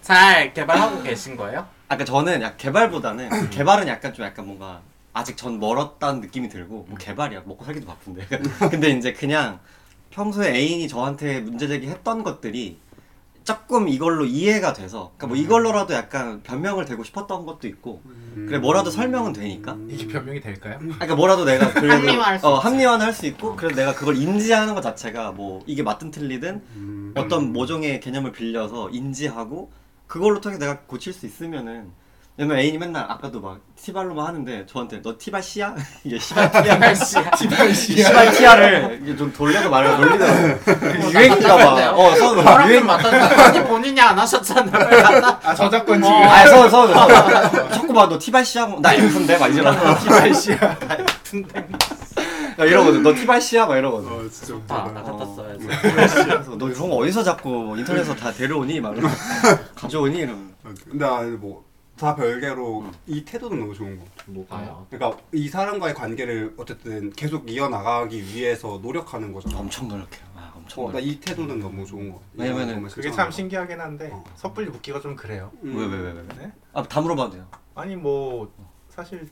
잘 개발하고 계신 거예요?
아까 그러니까 저는 약 개발보다는 개발은 약간 좀 약간 뭔가 아직 전 멀었다는 느낌이 들고 뭐 개발이야 먹고 살기도 바쁜데 근데 이제 그냥 평소에 애인이 저한테 문제 제기했던 것들이 조금 이걸로 이해가 돼서 그러니까 뭐 이걸로라도 약간 변명을 대고 싶었던 것도 있고 그래 뭐라도 설명은 되니까
이게 변명이 될까요?
아, 그러니까 뭐라도 내가 그래도
합리화할 수
어,
있지.
합리화는 할 수 있고 그래서 내가 그걸 인지하는 것 자체가 뭐 이게 맞든 틀리든 어떤 모종의 개념을 빌려서 인지하고 그걸로 통해 내가 고칠 수 있으면은 왜냐면 애인이 맨날 아까도 막 티발로만 하는데 저한테 너 티발 씨야? 이게 씨발 티야? 씨발 티야를 이게 좀 돌려서 말을 놀리더라고 유행인가 봐. 어, 서울
저랑 좀
유행
맞다 아니 본인이 안 하셨잖아요
아 저작권
어.
지금.
아, 서울 서울 서울. 자꾸 막너 티발 씨야? 나 F인데 막 이러고 티발 씨야. 나 이러거든. 너 티발 씨야? 막 이러거든.
어 진짜
아,
웃기다
나 갖다 써야지
그래서 너 이런 거 어디서 자꾸 인터넷에서 다 데려오니? 막 이러고 가져오니? 이러면
근데 아니 뭐다 별개로 이 태도는 너무 좋은 거 같아
뭐가요?
그러니까 이 사람과의 관계를 어쨌든 계속 이어나가기 위해서 노력하는 거잖아
엄청 노력해요. 아, 엄청 노력.
어나이 태도는 너무 좋은 거 같아
왜냐면은
이거 정말
그게
실천하는
참
거.
신기하긴 한데
어.
섣불리 묻기가 좀 그래요.
음.
왜왜 왜 왜?
네?
아, 다 물어봐도 돼요.
아니 뭐 사실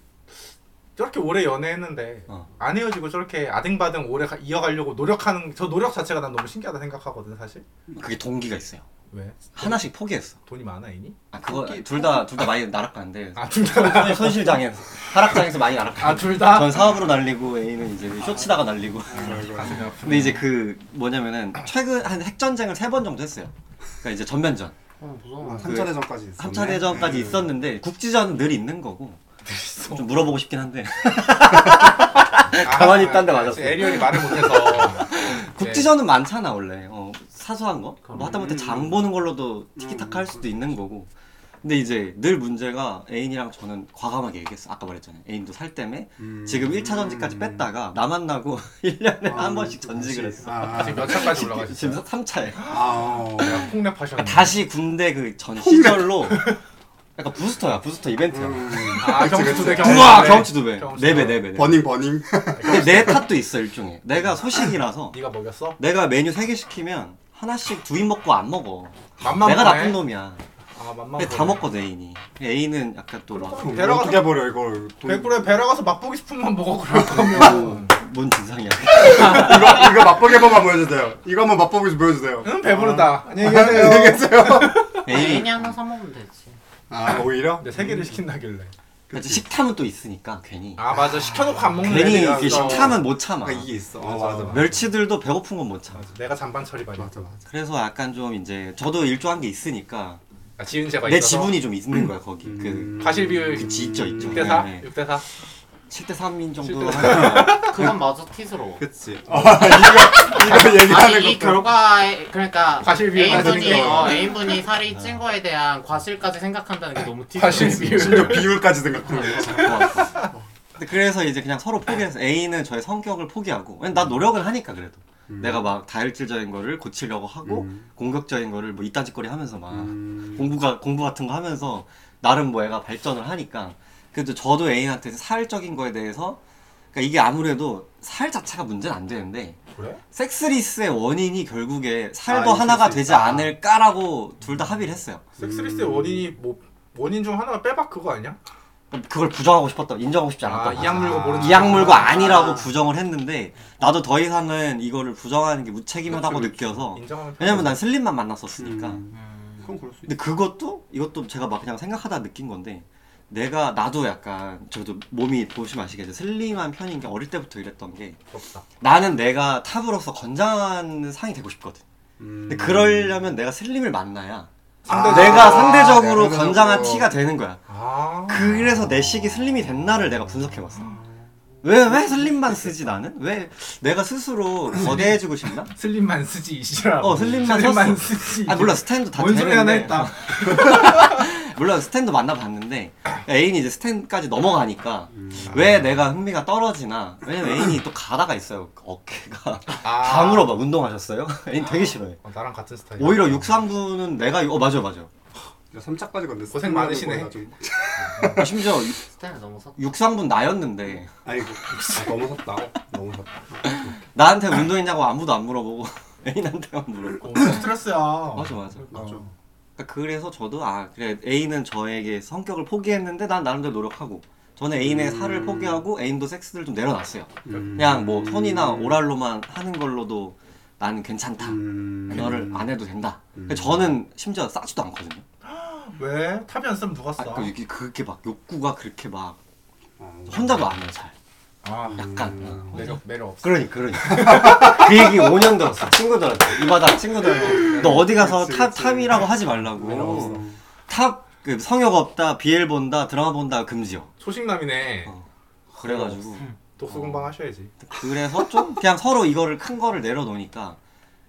저렇게 오래 연애했는데
어.
안 헤어지고 저렇게 아등바등 오래 가- 이어가려고 노력하는 저 노력 자체가 난 너무 신기하다 생각하거든 사실.
그게 동기가 있어요.
왜?
하나씩 포기했어.
돈이 많아 이니?
아, 그거 둘 다 둘 다 많이 나락가는데
아 둘 다.
손- 손실장에서 하락장에서 많이 나락가.
아둘 아, 다.
전 사업으로 날리고 애인은 이제 쇼츠다가 날리고.
가슴이 아프네.
근데 이제 그 뭐냐면은 최근 한 핵전쟁을 세 번 정도 했어요. 그러니까 이제 전면전.
어 무서워
아, 3차 대전까지 있었네 음.
3차 그 대전까지 있었는데 국지전은 늘 있는 거고 좀 물어보고 싶긴 한데
아,
가만히 있다는데 맞았어.
에리얼이 말을 못해서
국지전은 많잖아 원래 어, 사소한 거
그럼.
뭐 하다못해 장 보는 걸로도 티키타카 할 수도 있는 거고 근데 이제 늘 문제가 애인이랑 저는 과감하게 얘기했어 아까 말했잖아요 애인도 살 때문에
음.
지금 1차 전지까지 뺐다가 나 만나고 1년에 한 번씩 전직을 했어
이제
아,
지금 몇 차까지 올라가셨어요?
지금 3차에 그러니까
아, 어.
폭랩하셨네.
다시 군대 그 전 시절로 약간 부스터야 부스터 이벤트야
아 경치 두 배.
우와
경치
경험치 두배
경험치
네배
두 배.
네배
버닝 버닝
근데 내 탓도 있어 일종의 내가 소식이라서
네가 먹였어?
내가 메뉴 3개 시키면 하나씩 두 입 먹고 안 먹어
맘만
내가
보네.
나쁜 놈이야
아 맘만. 그렇죠.
근데 다 먹거든 애인이 애인은 약간 또막뭔
데려가서-
어떻게 버려 이걸 돈-
백불에 배러 가서 맛보기 스푼만 먹어 그럴
음.
거면.
진상이야
이거 이거 맛보기 한번 보여주세요. 이거 한번 맛보기 보여주세요.
응 배부르다.
아.
안녕히 계세요.
애인이
애인이 하나 사먹으면 되지
아 오히려
근데 세 개를 시킨다길래.
그치, 식탐은 또 있으니까 괜히
아 맞아 시켜놓고 안 먹는
괜히
애들이라서.
그 식탐은 못 참아
그러니까
아, 이게 있어. 어,
맞아.
맞아. 맞아.
멸치들도 배고픈 건 못 참아
맞아, 내가 잔반 처리 많이.
맞아 맞아.
그래서 약간 좀 이제 저도 일조한 게 있으니까
아, 지은재가
내
있어서
지분이 좀 있는 거야 거기 그
음.
과실 비율
그치 있죠 있죠
6대 4,
네.
6대 4.
7대 3인 정도
대
하니까
그건 마저 티스러워.
그치. 아, 이거 이거 얘기하는
아니
거. 뭐.
이 결과에 그러니까
과실 비율
애인분이
따지는 거.
어, 애인분이 살이 찐 거에 대한 과실까지 생각한다는 게 너무 티스러워.
과실 비율.
심지어 비율까지 생각하는 거.
좋았어. 근데 그래서 이제 그냥 서로 포기해서 A는 저의 성격을 포기하고 왜냐면 나 노력을 하니까 그래도 내가 막 다혈질적인 거를 고치려고 하고
음.
공격적인 거를 뭐 이딴 짓거리 하면서 막
음.
공부가 공부 같은 거 하면서 나름 뭐 애가 발전을 하니까 그래도 저도 애인한테 사회적인 거에 대해서 그러니까 이게 아무래도 살 자체가 문제는 안 되는데
그래?
섹스리스의 원인이 결국에 살도
아, 있을
하나가
수
되지
있다.
않을까라고 둘 다 합의를 했어요.
섹스리스의 원인이 뭐 원인 중 하나가 빼박 그거 아니야?
뭐 그걸 부정하고 싶었다, 이정하고 싶지 않았다.
아, 이악 물고 모른
이악 물고
아.
아니라고 부정을 했는데 나도 더 이상은 이거를 부정하는 게 무책임하다고
그렇죠,
느껴서
인정하면
왜냐면
편해.
난 슬림만 만났었으니까
음.
그럼 그럴 수
근데 그것도 이것도 제가 막 그냥 생각하다 느낀 건데 내가 나도 약간 저도 몸이 보시면 아시겠지만 슬림한 편인 게 어릴 때부터 이랬던 게
부럽다.
나는 내가 탑으로서 건장한 상이 되고 싶거든 근데 그러려면 내가 슬림을 만나야
음. 상대적으로-
내가
아,
상대적으로
내가
건장한
상대적으로-
티가 되는 거야
아.
그래서 내 식이 슬림이 됐나를 내가 분석해봤어. 왜 왜 슬림만 쓰지 나는? 왜 내가
그
스스로 거대해지고 싶나?
슬림만 쓰지 이시라.
어, 슬림만 썼어.
쓰지.
아 물론 스탠도 다
뭔 소리 하나
되는데
했다.
물론 스탠도 만나봤는데 애인이 이제 스탠까지 넘어가니까
음.
왜 내가 흥미가 떨어지나? 왜냐면 애인이 또 가다가 있어요 어깨가
아.
다 물어봐 운동하셨어요? 애인 되게 싫어해.
어, 나랑 같은 스타일.
오히려 육상부는 내가 어 맞아 맞아.
있어. 3차까지 건데
고생 많으시네.
심지어
스탠을 너무 섰다.
육상부 나였는데
아이고 아, 너무 섰다. 너무 섰다.
나한테 운동했냐고 아무도 안 물어보고 애인한테만 물어보고.
어, 스트레스야.
맞아 맞아.
맞죠.
그러니까 그래서 저도 아 그래 A는 저에게 성격을 포기했는데 난 나름대로 노력하고 저는 A의 살을 포기하고 A도 섹스를 좀 내려놨어요.
음.
그냥 뭐 손이나 오랄로만 하는 걸로도 난 괜찮다.
음.
너를 안 해도 된다. 근데 저는 심지어 싸지도 않거든요.
왜 탑이 안 쓰면 누가
아,
써?
그러니까 이게 그렇게 막 욕구가 그렇게 막 아,
어.
혼자도 안 해요 잘.
아,
약간.
음.
혼자.
매력 매력 없어.
그러니까 그러니까 그 얘기 5년 들었어 친구들한테 이 바닥 친구들한테 너 어디 가서
그치,
탑
그치.
탑이라고 하지 말라고
아, 외로웠어.
탑그 성역 없다 BL 본다 드라마 본다 금지요.
소식남이네.
어. 그래가지고
독수 공방 하셔야지.
그래서 좀 그냥 서로 이거를 큰 거를 내려놓으니까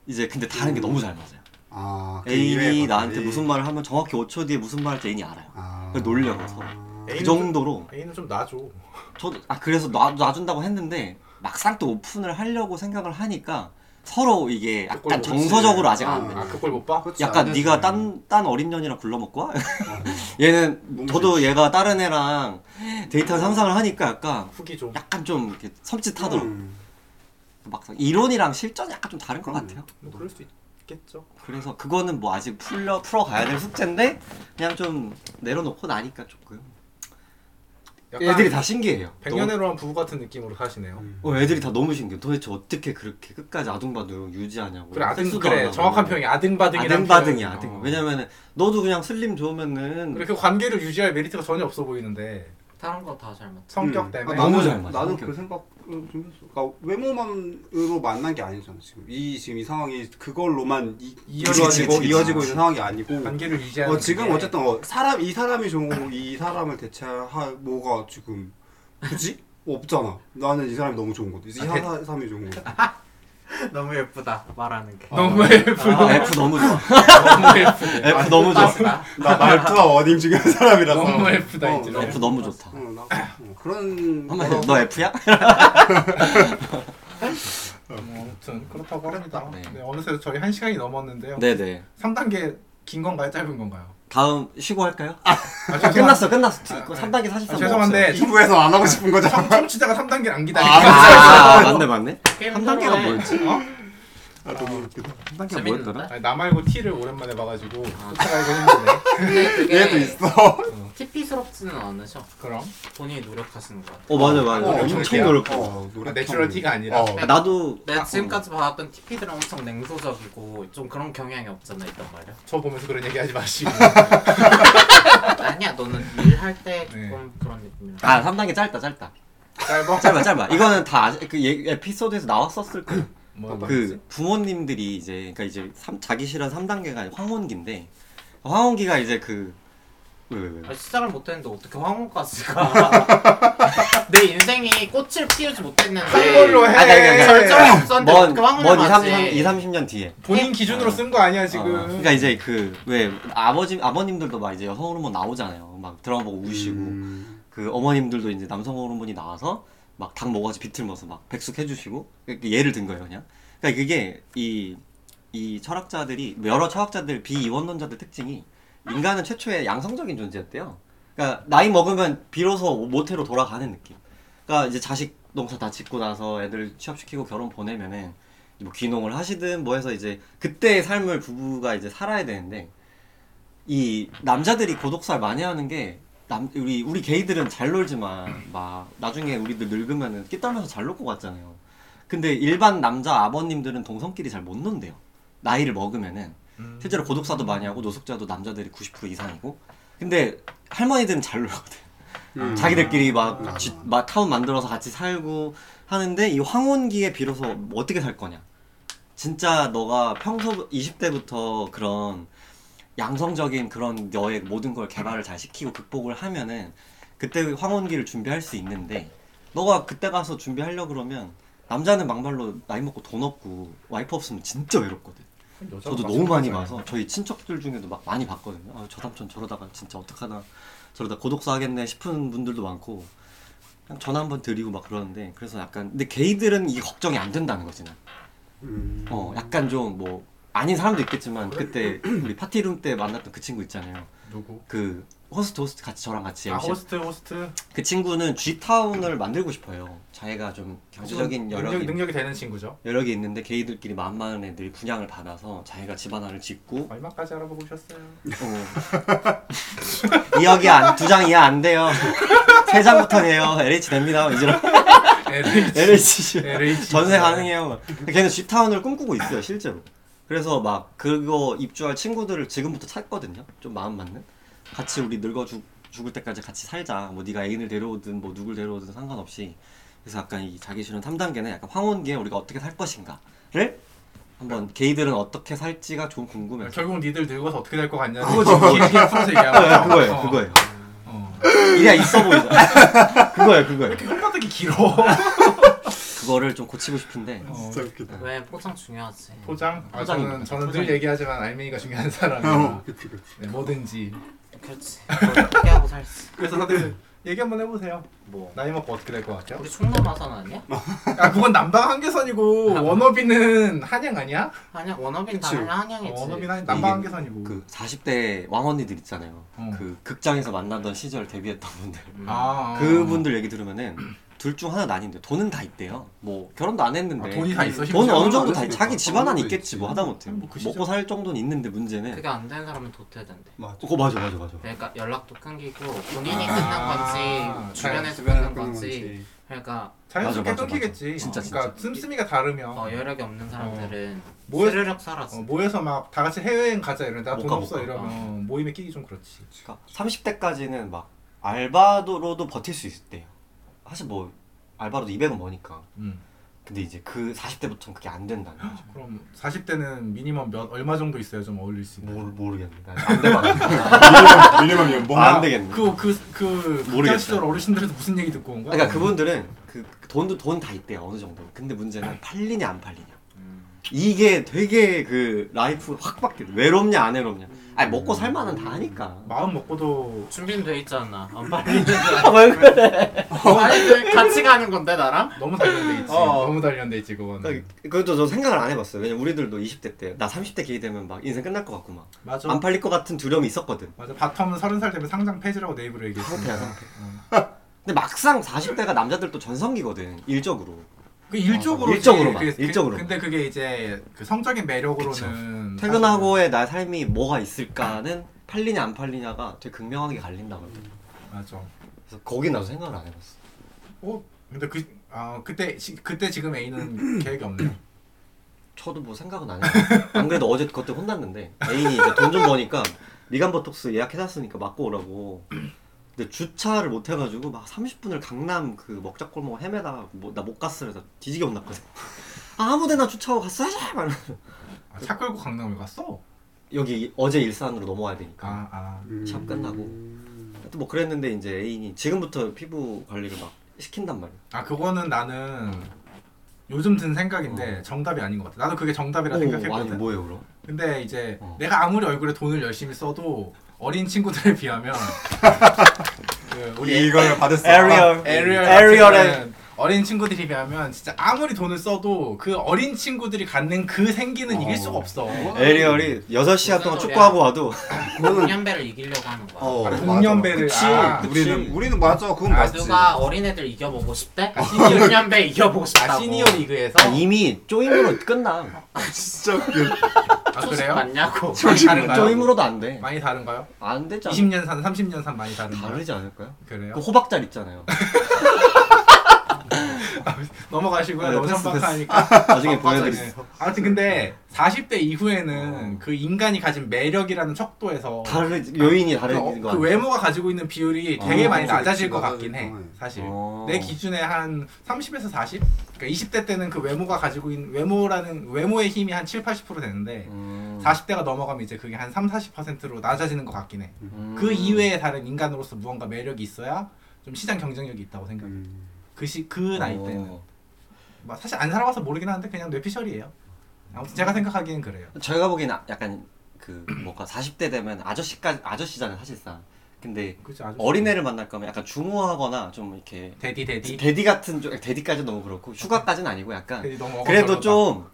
이제 근데 다른 게 너무 잘 맞아요.
아, 그
애인이
이외의
나한테
것들이.
무슨 말을 하면 정확히 5초 뒤에 무슨 말할지 애인이 알아요.
아.
그걸 놀려서. 그
애인은
정도로
좀- 애인은 좀 놔줘. 그
저도 아 그래서 놔, 놔준다고 했는데 막상 또 오픈을 하려고 생각을 하니까 서로 이게
그걸
약간
모르지.
정서적으로 아직 안 돼.
아, 그걸 못 봐?
그렇지,
약간
안
네가
됐어요.
딴 딴 어린 년이랑 굴러먹고
아,
와?
네.
얘는 저도 얘가 다른 애랑 데이터 상상을 하니까 약간
후기 좀.
약간 좀 이렇게 섬찟하더라고.
음.
막상 이론이랑 실전이 약간 좀 다른 것 같아요.
뭐 그럴 수 있겠죠.
그래서 그거는 뭐 아직 풀려 풀어 가야 될 숙제인데 그냥 좀 내려놓고 나니까 조금
약간
애들이 다 신기해요. 너무-
백년해로한 부부 같은 느낌으로 사시네요.
어, 애들이 다 너무 신기해. 도대체 어떻게 그렇게 끝까지 아둥바둥 유지하냐고.
그래 아등
수도 안
그래
하고.
정확한 평이 아등바등이라는
아등바등이야.
표현.
아등.
어.
왜냐면은 너도 그냥 슬림 좋으면은
그래 그 관계를 유지할 메리트가 전혀 없어 보이는데
다른 거 다 잘 맞.
성격
음.
때문에
아, 너무
나는-
잘 맞아,
나는
성격.
그 생각을 좀 했어. 그러니까 외모만으로 만난 게 아니잖아 지금 이 지금 이 상황이 그걸로만 이,
이어지지,
이어지고
그치,
이어지고
그치.
있는 상황이 아니고
관계를 유지하는
어, 지금
게
어쨌든 어, 사람 이 사람이 좋고 이 사람을 대체할 뭐가 지금 굳이 없잖아. 나는 이 사람이 너무 좋은 거. 이 사- 사- 사람이 좋은 거.
너무 예쁘다 말하는
어.
게.
너무 예쁘다
아, F 너무 좋아.
너무
어.
예쁘다
F 너무 좋아.
나 말투와 워딩 중요한 사람이라서.
너무 예쁘다,
어,
이제.
나-
F 너무 좋다.
어, 나 어, 그런.
한번
거라서-
해. 너 F야?
뭐, 아무튼 그렇다고 합니다
네.
네. 어느새 저희 한 시간이 넘었는데요
네네.
3단계 긴 건가요 짧은 건가요?
다음 쉬고 할까요?
아,
아,
죄송한-
끝났어 끝났어.
아, 네.
3단계 43.
아, 죄송한데
이부에서 안 하고 싶은 거잖아.
청- 청취자가 3단계를 안
아,
기다리니까
아, 맞네 맞네.
게임
3단계가
때문에
뭐였지?
아, 너무 웃기다.
3단계가
재밌는데?
뭐였더라?
어? 아니, 나 말고 티를 오랜만에 봐가지고 쫓아가기가 힘드네
근데
예. 얘도
그게
있어.
TP스럽지는 않으셔.
그럼
본인이 노력하시는 거.
어 맞아 맞아.
어,
엄청
저기야.
노력해.
어,
아,
노래
내추럴
참-
티가 아니라
어.
아, 나도
내가 네, 지금까지 봐왔던 TP들은 엄청 냉소적이고 좀 그런 경향이 없잖아 있단 말이야.
저 보면서 그런 얘기 하지 마시고
아니야 너는 일할 때
네.
조금 그런 느낌이야.
아 3단계 짧다 짧다.
짧아?
짧아 짧아. 이거는 다그 에피소드에서 나왔었을 거예요.
뭐,
그 부모님들이 이제 그러니까 이제 삼- 자기 실현 3단계가 황혼기인데 황원기가 이제 그 왜, 왜, 왜.
아니, 시작을 못했는데 어떻게 황혼까지가 내 인생이 꽃을 피우지
한 걸로
못했는데
해.
네. 아니, 아니, 아니.
절정이 없었는데
먼,
어떻게 황혼을
먼 2, 3,
맞지
2, 30년 뒤에
본인 기준으로 쓴 거 아니야 지금.
어, 그러니까 이제 그 왜 아버지 아버님들도 막 이제 여성 호르몬 나오잖아요. 막 드라마 보고 우시고
음.
그 어머님들도 이제 남성 호르몬이 나와서 막 닭 먹어가지 비틀면서 막 백숙해 주시고 그러니까 예를 든 거예요 그냥. 그러니까 그게 이 이 철학자들이 여러 철학자들 비이원론자들 특징이 인간은 최초의 양성적인 존재였대요. 그러니까 나이 먹으면 비로소 모태로 돌아가는 느낌. 그러니까 이제 자식 농사 다 짓고 나서 애들 취업시키고 결혼 보내면은 뭐 귀농을 하시든 뭐 해서 이제 그때의 삶을 부부가 이제 살아야 되는데 이 남자들이 고독살 많이 하는 게 남, 우리 우리 게이들은 잘 놀지만 막 나중에 우리들 늙으면은 끼떨면서 잘 놀 것 같잖아요. 근데 일반 남자 아버님들은 동성끼리 잘 못 논대요. 나이를 먹으면은
음.
실제로 고독사도 많이 하고 노숙자도 남자들이 90% 이상이고 근데 할머니들은 잘 놀거든.
음.
자기들끼리 막, 쥐- 막 타운 만들어서 같이 살고 하는데 이 황혼기에 비로소 뭐 어떻게 살 거냐. 진짜 너가 평소 20대부터 그런 양성적인 그런 너의 모든 걸 개발을 잘 시키고 극복을 하면은 그때 황혼기를 준비할 수 있는데 너가 그때 가서 준비하려 그러면 남자는 막말로 나이 먹고 돈 없고 와이프 없으면 진짜 외롭거든. 저도 너무 많이 봐서 저희 친척들 중에도 막 많이 봤거든요. 아, 저 삼촌 저러다가 진짜 어떡하나 저러다 고독사 하겠네 싶은 분들도 많고 그냥 전화 한번 드리고 막 그러는데 그래서 약간 근데 게이들은 이 걱정이 안 된다는 거지 난.
음.
어 약간 좀 뭐 아닌 사람도 있겠지만 그때 우리 파티룸 때 만났던 그 친구 있잖아요.
누구?
그 호스트 호스트 같이 저랑 같이
아
MC
호스트 호스트.
그 친구는 G 타운을 만들고 싶어요. 자기가 좀 경제적인 여력이
능력, 능력이 되는 친구죠.
여력이 있는데 게이들끼리 마음 많은 애들이 분양을 받아서 자기가 집 하나를 짓고
얼마까지 알아보셨어요?
어. 2억이 안, 두 장 이하 안 돼요. 세 장부터 돼요. LH 됩니다. 뭐 이제는 LH.
LH.
전세 가능해요. 막. 걔는 G타운을 꿈꾸고 있어요, 실제로. 그래서 막 그거 입주할 친구들을 지금부터 찾거든요. 좀 마음 맞는. 같이 우리 늙어 죽, 죽을 때까지 같이 살자. 뭐 네가 애인을 데려오든 뭐 누굴 데려오든 상관없이. 그래서 약간 이 자기 싫은 3단계는 약간 황혼기에 우리가 어떻게 살 것인가를 한번 게이들은 어떻게 살지가 좀 궁금해서.
결국 니들 늙어서 어떻게 될 것 같냐. 그거 지금 길게 풀어서 얘기하는 거.
네, 그거예요, 그거예요.
어.
이래야 있어 보이잖아. 그거예요, 그거예요.
혓바닥이 길어.
그거를 좀 고치고 싶은데.
어.
진짜 웃기다.
왜 포장 중요하지
포장? 아, 저는
포장입니다.
저는
포장.
늘 얘기하지만 알맹이가 중요한 사람이라
어, 그치, 그치.
네, 뭐든지.
그렇지 뭘 포기하고 살지
그래서 다들 얘기 한번 해보세요.
뭐
나이 먹고 어떻게 될 것 같아요?
우리 충남 화산 아니야?
아 그건 남방 한계선이고 원어비는 한양 아니야?
아니야 원어빈
그치.
다른
어,
한양이지
원어비는 한-
이게
남방 한계선이고.
그 40대 왕언니들 있잖아요.
어.
그 극장에서 만나던 시절 데뷔했던 분들.
음.
아, 아.
그분들 얘기 들으면은 둘 중 하나 나뉜데 돈은 다 있대요. 뭐 결혼도 안
아,
했는데
돈이 다 있어?
그 돈
심지어?
어느 정도 다
있으니까.
자기 집안은
돈도
있겠지
있지.
뭐 하다못해
뭐그 시절.
먹고 살 정도는 있는데 문제는
그게 안 되는 사람은 도태된대
맞아.
그거 맞아 맞아 맞아.
그러니까 연락도 끊기고 본인이
아,
끝난
자연-
건지 주변에서
주변에서 끊는
끊는 건지
건지.
그러니까
자연스럽게
맞아, 맞아,
끊기겠지.
맞아. 진짜,
그러니까
진짜.
씀씀이가 다르면
어,
예.
여력이 없는 사람들은
뭐-
스르륵 사라져
어, 모여서 막 다 같이 해외여행 가자 이러는데
못
나 돈
가, 아.
없어
못 가.
이러면 모임에 끼기 좀 그렇지.
그러니까 30대까지는 막 알바로도 버틸 수 있대요. 사실 뭐 알바로도 200은 뭐니까.
음.
근데 이제 그 40대부터는 그게 안 된다는 거죠.
그럼 40대는 미니멈 몇 얼마 정도 있어야 좀 어울릴 수 있나?
모르 모르겠네. 안그 되면 안 돼.
미니멈 연봉.
안 되겠네.
그, 그그그
모르겠다.
극장 시절 어르신들한테 무슨 얘기 듣고 온 거야?
그러니까 그분들은 그 돈도 돈 다 있대요 어느 정도. 근데 문제는 팔리냐 안 팔리냐. 이게 되게 그 라이프 확 바뀌어. 외롭냐 안 외롭냐. 아니 먹고 살만은 다 하니까.
마음 먹고도
준비는 돼 있잖아 안 빨리
왜 그래?
아니 그 같이 가는 건데 나랑?
너무 단련돼 있지.
어. 그러니까
너무 단련돼 있지 그거는.
그것도 저 생각을 안 해봤어요. 왜냐면 우리들도 20대 때 나 30대 기회 되면 막 인생 끝날 것 같고 막
맞아.
안 팔릴 것 같은 두려움이 있었거든.
맞아. 바텀은 서른 살 되면 상장 폐지라고 네이버로
상태야
얘기했으니까.
상태. 근데 막상 40대가 남자들도 전성기거든 일적으로.
그 일적으로
아, 일적으로만, 일적으로만.
근데 그게 이제 그 성적인 매력으로는
퇴근하고의 나의 삶이 뭐가 있을까는 팔리냐 안 팔리냐가 되게 극명하게 갈린다고.
사실- 맞아.
그래서 거기 나도 생각을 안 해봤어.
어 근데 그 아, 그때 시, 그때 지금 A는 계획이 없네요.
저도 뭐 생각은 안 해요. 안 그래도 어제 그때 혼났는데 애인이 이제 돈 좀 버니까 미간 보톡스 예약해놨으니까 맞고 오라고. 근데 주차를 못 해가지고 막 30분을 강남 그 먹자 골목 헤매다가 뭐, 나못 갔으래서 뒤지게 혼났거든. 아, 아무데나 주차하고 갔어야지. 막 이러면서.
아, 차 끌고 강남을 갔어?
여기 어제 일산으로 넘어와야 되니까
아, 아.
음.
샵 끝나고. 하여튼 뭐 그랬는데 이제 애인이 지금부터 피부 관리를 막 시킨단 말이야.
아 그거는 나는 요즘 든 생각인데 정답이 아닌 것 같아. 나도 그게 정답이라
어. 오, 아니
생각했거든.
뭐예요, 그럼?
근데 이제
어.
내가 아무리 얼굴에 돈을 열심히 써도 어린 친구들에 비하면 그 우리
이걸 받았어. 아.
에리얼
에리얼의-
에리얼 어린 친구들이 비하면 진짜 아무리 돈을 써도 그 어린 친구들이 갖는 그 생기는 이길 수가 없어.
에리얼이 6시간 동안 축구하고 와도
공연배를 이기려고 하는 거야.
어, 맞아.
동년배를
그치,
아,
그치.
우리는 우리는 맞아. 그건 맞지.
누가 어린애들 이겨보고 싶대? 공연배 이겨보고 싶다고.
아 시니어 리그에서
이미 쪼임으로 끝나.
진짜 웃겨.
아,
초식
그래요?
맞냐고.
많이 다른가요? 아,
쪼임으로도 안 돼.
많이 다른가요?
안 되지 않
20년 산, 30년 산 많이 다른가요?
다르지 않을까요?
그래요?
그 호박짤 있잖아요.
넘어가시고요.
네,
너무
패스,
천박하니까.
나중에
바빠서,
보여드릴게요.
예. 아무튼 근데 40대 이후에는 그 인간이 가진 매력이라는 척도에서
다르 요인이 다른
어. 그, 어-
거
그
같아요.
외모가 가지고 있는 비율이 되게
어,
많이
그치, 그치,
낮아질 것 같긴 해.
낮아질 거.
사실
어.
내 기준에 한 30에서 40. 그러니까 20대 때는 그 외모가 가지고 있는 외모라는 외모의 힘이 한 7, 80% 되는데
음.
40대가 넘어가면 이제 그게 한 3, 40%로 낮아지는 것 같긴 해.
음.
그 이외에 다른 인간으로서 무언가 매력이 있어야 좀 시장 경쟁력이 있다고 생각해.
음.
그시 그 나이
어.
때는. 막 사실 안 살아봐서 모르긴 하는데 그냥 뇌피셜이에요. 아무튼 제가 생각하기엔 그래요.
제가 보기에는 아- 약간 그 뭔가 40대 되면 아저씨까지 아저씨잖아요 사실상. 근데
그죠 아주
어린애를 만날 거면 약간 중후하거나 좀 이렇게
데디 데디
데디 같은 쪽 데디까지 너무 그렇고 휴가까지는 아니고 약간
데디 너무
그래도
어거저거다.
좀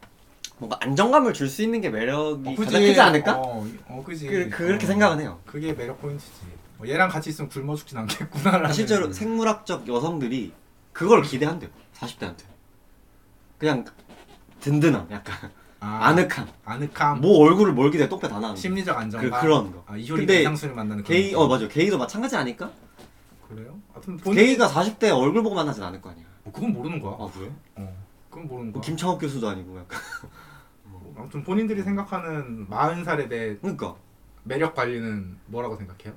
뭔가 안정감을 줄 수 있는 게 매력이
어,
뭐 가장 크지 않을까?
어, 어 그지.
그, 그렇게
어.
생각은 해요.
그게 매력 포인트지. 뭐 얘랑 같이 있으면 굶어 죽진 않겠구나라는.
실제로 생물학적 여성들이 그걸 기대한대요. 40대한테. 그냥 든든함, 약간
아,
아늑함.
아늑함,
뭐 얼굴을 뭘 기대 똥배 다 나는.
심리적 안정감.
그- 그런 거.
아, 이효리
근데
배상순을 만나는 그런
게이 어 맞아. 게이도 마찬가지 아닐까?
느낌. 그래요? 아무튼 본인
게이가 40대 얼굴 보고 만나진 않을 거 아니야.
어, 그건 모르는 거야.
아 그래?
어, 그건 모르는
뭐
거야.
김창욱 교수도 아니고 약간.
아무튼 본인들이 생각하는 40살에 대해
그러니까
매력 관리는 뭐라고 생각해요?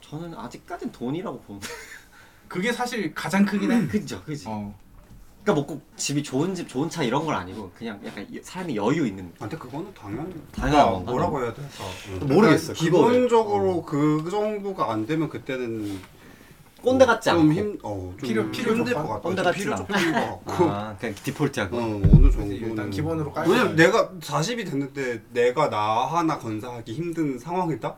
저는 아직까진 돈이라고 보는데.
그게 사실 가장 크긴 해.
그죠, 그지.
어.
그러니까 뭐 꼭 집이 좋은 집, 좋은 차 이런 건 아니고 그냥 약간 이- 삶이 여유 있는. 어, 느낌.
아, 근데 그거는 당연히
당연한
그러니까
건가?
뭐라고 해야 돼? 다.
모르겠어, 그거를. 어.
기본적으로 그 정도가 안 되면 그때는
꼰대 같지 않고.
좀 힘, 어, 좀
필요- 필요
힘들
조건?
것 같아.
꼰대
좀
같진
필요
않고.
조건인 것 같고.
아 그냥 디폴트하고.
어, 어느 정도는
일단 기본으로 깔고
왜냐면
가야지.
내가 40이 됐는데 내가 나 하나 건사하기 힘든 상황이다?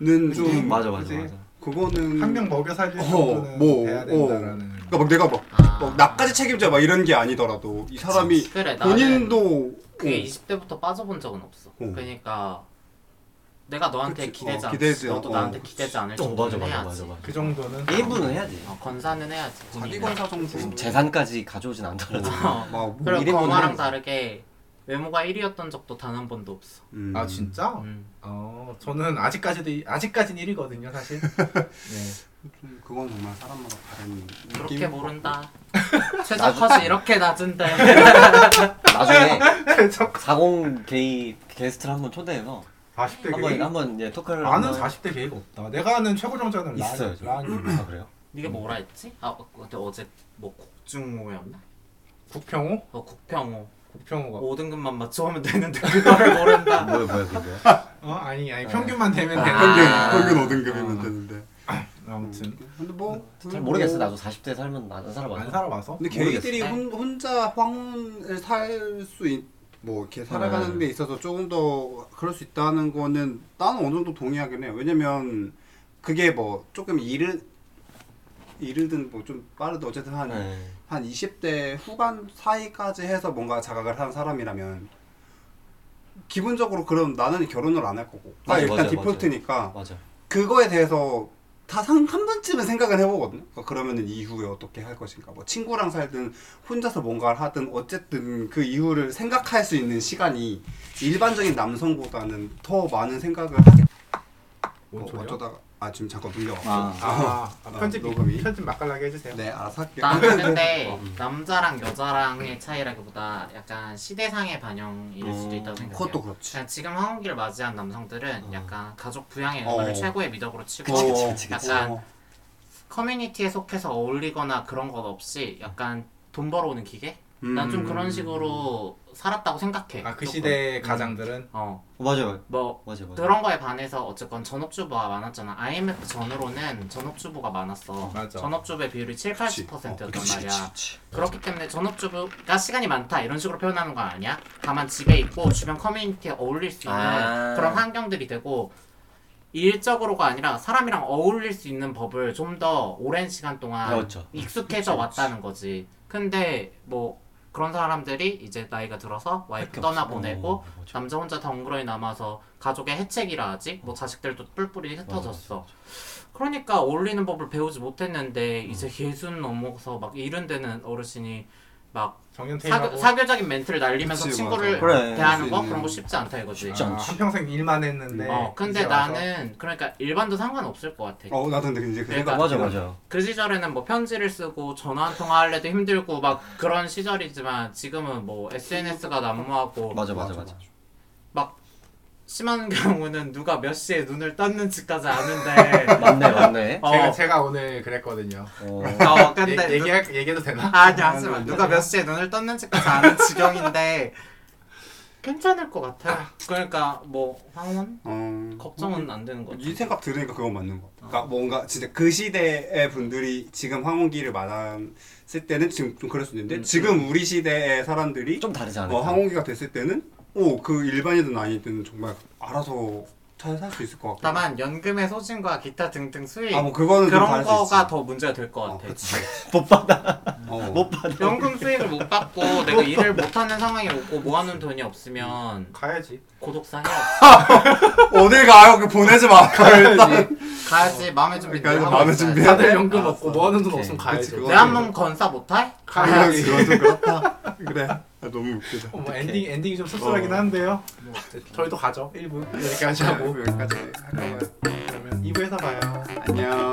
는
그치,
음, 좀
맞아, 맞아,
그지?
맞아.
그거는
한 명 먹여 살릴
어,
정도는
뭐,
돼야
어.
된다라는.
그러니까 막 내가 막,
아.
막 나까지 책임져 막 이런 게 아니더라도 이 사람이
그래 나는
본인도
그
어,
20대부터 빠져본 적은 없어.
응.
그러니까 내가 너한테
그치.
기대지
어,
않지.
기대지
너도
않-
나한테
어.
기대지 않을
어
정도는
맞아 맞아
해야지.
맞아 맞아.
그 정도는
일부는 해야지.
어, 건사는 해야지.
자기
본인은.
건사 정도
지금 재산까지 가져오진 않더라도.
어.
막 뭐,
이래
그리고
보면-
거마랑 다르게 외모가 1위였던 적도 단 한 번도 없어.
음.
아 진짜?
음.
어 저는 아직까지도 아직까진 1위거든요 사실. 네.
그건 정말 사람마다 다른
그렇게
느낌?
모른다. 최저컷이 이렇게 낮은데.
나중에
저
40 게이 게스트를 한번 초대해서
40대
한번
계획.
한번 이제 토크를
나는
한번
40대 계획 없다. 내가 아는 최고 정자는 라-
있어요. 좀.
라니
아 그래요?
이게 뭐라 했지? 아 어, 근데 어제 뭐 국중호였나?
국평호?
어 국평호.
국평호가.
5등급만 맞춰오면 되는데 그거를 모른다.
뭐야 뭐야 근데.
어 아니 아니 평균만 되면 돼.
아.
평균 평균 5등급이면
아.
되는데
아무튼
근데 뭐
잘 모르겠어. 나도 40대 살면 나안
안
음. 살아봤어.
살아봐서.
근데
모르겠어.
걔들이
네.
혼, 혼자 황혼을 살 수 있, 뭐 이렇게 살아가는
음.
데 있어서 조금 더 그럴 수 있다는 거는 나는 어느 정도 동의하긴 해요. 왜냐면 그게 뭐 조금 이른 이르든 뭐 좀 빠르든 어쨌든 한 한
네.
20대 후반 사이까지 해서 뭔가 자각을 하는 사람이라면 기본적으로 그럼 나는 결혼을 안 할 거고 아
맞아,
일단
맞아,
디폴트니까
맞아.
그거에 대해서 다한 한 번쯤은 생각을 해보거든요. 그러니까 그러면은 이후에 어떻게 할 것인가, 뭐 친구랑 살든 혼자서 뭔가를 하든 어쨌든 그 이후를 생각할 수 있는 시간이 일반적인 남성보다는 더 많은 생각을 하게.
뭔
어,
소리야?
어쩌다가 아 지금 잠깐 눌려.
아.
아, 아, 편집
어, 녹음이?
편집 맛깔나게 해주세요.
네 알아서 할게요.
나는 근데
음.
남자랑 여자랑의 차이라기보다 약간 시대상의 반영일 수도 있다고 생각해요.
음, 그것도 그렇지.
그냥 지금 황혼기를 맞이한 남성들은 약간 가족 부양의
어.
의무를 최고의 미덕으로 치고
그치,
그치, 그치,
그치.
약간 커뮤니티에 속해서 어울리거나 그런 것 없이 약간 돈 벌어오는 기계? 난 좀 그런 식으로 살았다고 생각해.
음. 아 그
조금.
시대의 가장들은
어.
어, 맞아요.
뭐
맞아요. 맞아요.
그런 거에 반해서 어쨌건 전업주부가 많았잖아. IMF 전후로는 전업주부가 많았어.
맞아. 어,
전업주부의 비율이 7, 80%였단 말이야.
그치.
그렇기 때문에 전업주부가 시간이 많다 이런 식으로 표현하는 건 아니야. 다만 집에 있고 주변 커뮤니티에 어울릴 수 있는
아.
그런 환경들이 되고 일적으로가 아니라 사람이랑 어울릴 수 있는 법을 좀 더 오랜 시간 동안
배웠죠. 그렇죠.
익숙해져 왔다는 거지. 근데 뭐 그런 사람들이 이제 나이가 들어서 와이프
밖에
떠나보내고
없어. 어, 맞아.
남자 혼자 덩그러니 남아서 가족의 해책이라 하지 뭐 자식들도 뿔뿔이 흩어졌어 그러니까 어울리는 법을 배우지 못했는데 이제 예순 넘어서 막 이런 데는 어르신이 막
정년퇴임하고
사교, 사교적인 멘트를 날리면서
그치,
친구를
맞아.
그래,
대하는 거
그치.
그런 거 쉽지 네. 않다 이거지
쉽지 않지.
아, 한평생 일만 했는데
어 근데
네, 이제 와서
나는 그러니까 일반도 상관없을 것 같아
어 나도 근데 이제 그
그러니까
생각
맞아 맞아.
그 시절에는 뭐 편지를 쓰고 전화 한 통화 할래도 힘들고 막 그런 시절이지만 지금은 뭐 SNS가 난무하고
맞아 맞아 맞아.
심한 경우는 누가 몇 시에 눈을 떴는지까지 아는데
맞네 맞네.
어,
제가 제가 오늘 그랬거든요.
어.
어
얘-
근데
얘기 얘기해도 되나?
아니 하지 마 누가 몇 시에 눈을 떴는지까지 아는 지경인데 괜찮을 것 같아 그러니까 뭐 황혼
어...
걱정은 안 되는 것 같아
이 생각 들으니까 그건 맞는 것 같아. 그러니까 뭔가 진짜 그 시대의 분들이 지금 항공기를 만났을 때는 지금 좀 그럴 수 있는데 지금 우리 시대의 사람들이
좀 다르지 않을까?
어, 항공기가 됐을 때는 오 그 일반인은 아닐 때는 정말 알아서 잘 살 수 있을 것 같고.
다만 연금의 소진과 기타 등등 수익
아뭐 그거는 좀
그런
다를 수 있지.
거가 더 문제가 될 것
어,
같아
못 받아.
어.
못 받아.
연금 수익을 못 받고 내가 일을 못하는 상황이 오고 모아놓은 돈이 없으면
가야지.
고독사 해야지
어딜 가요? 그 보내지 마.
가야지.
가야지 마음의 준비
그러니까
하고
마음의
있어야지.
준비.
다들 연금
아, 알았어.
없고 뭐 하는 돈
오케이.
없으면 어, 가야지.
그치, 그거.
내한번 건사 못해?
그냥
가야지.
그건 좀 그렇다. 그래. 아, 너무 웃기다.
어, 뭐 엔딩 엔딩이 좀 씁쓸하긴
어.
한데요. 뭐, 저희도 가죠. 1분 이렇게 하시고
여기까지 할 거예요.
그러면 2부에서 봐요.
안녕.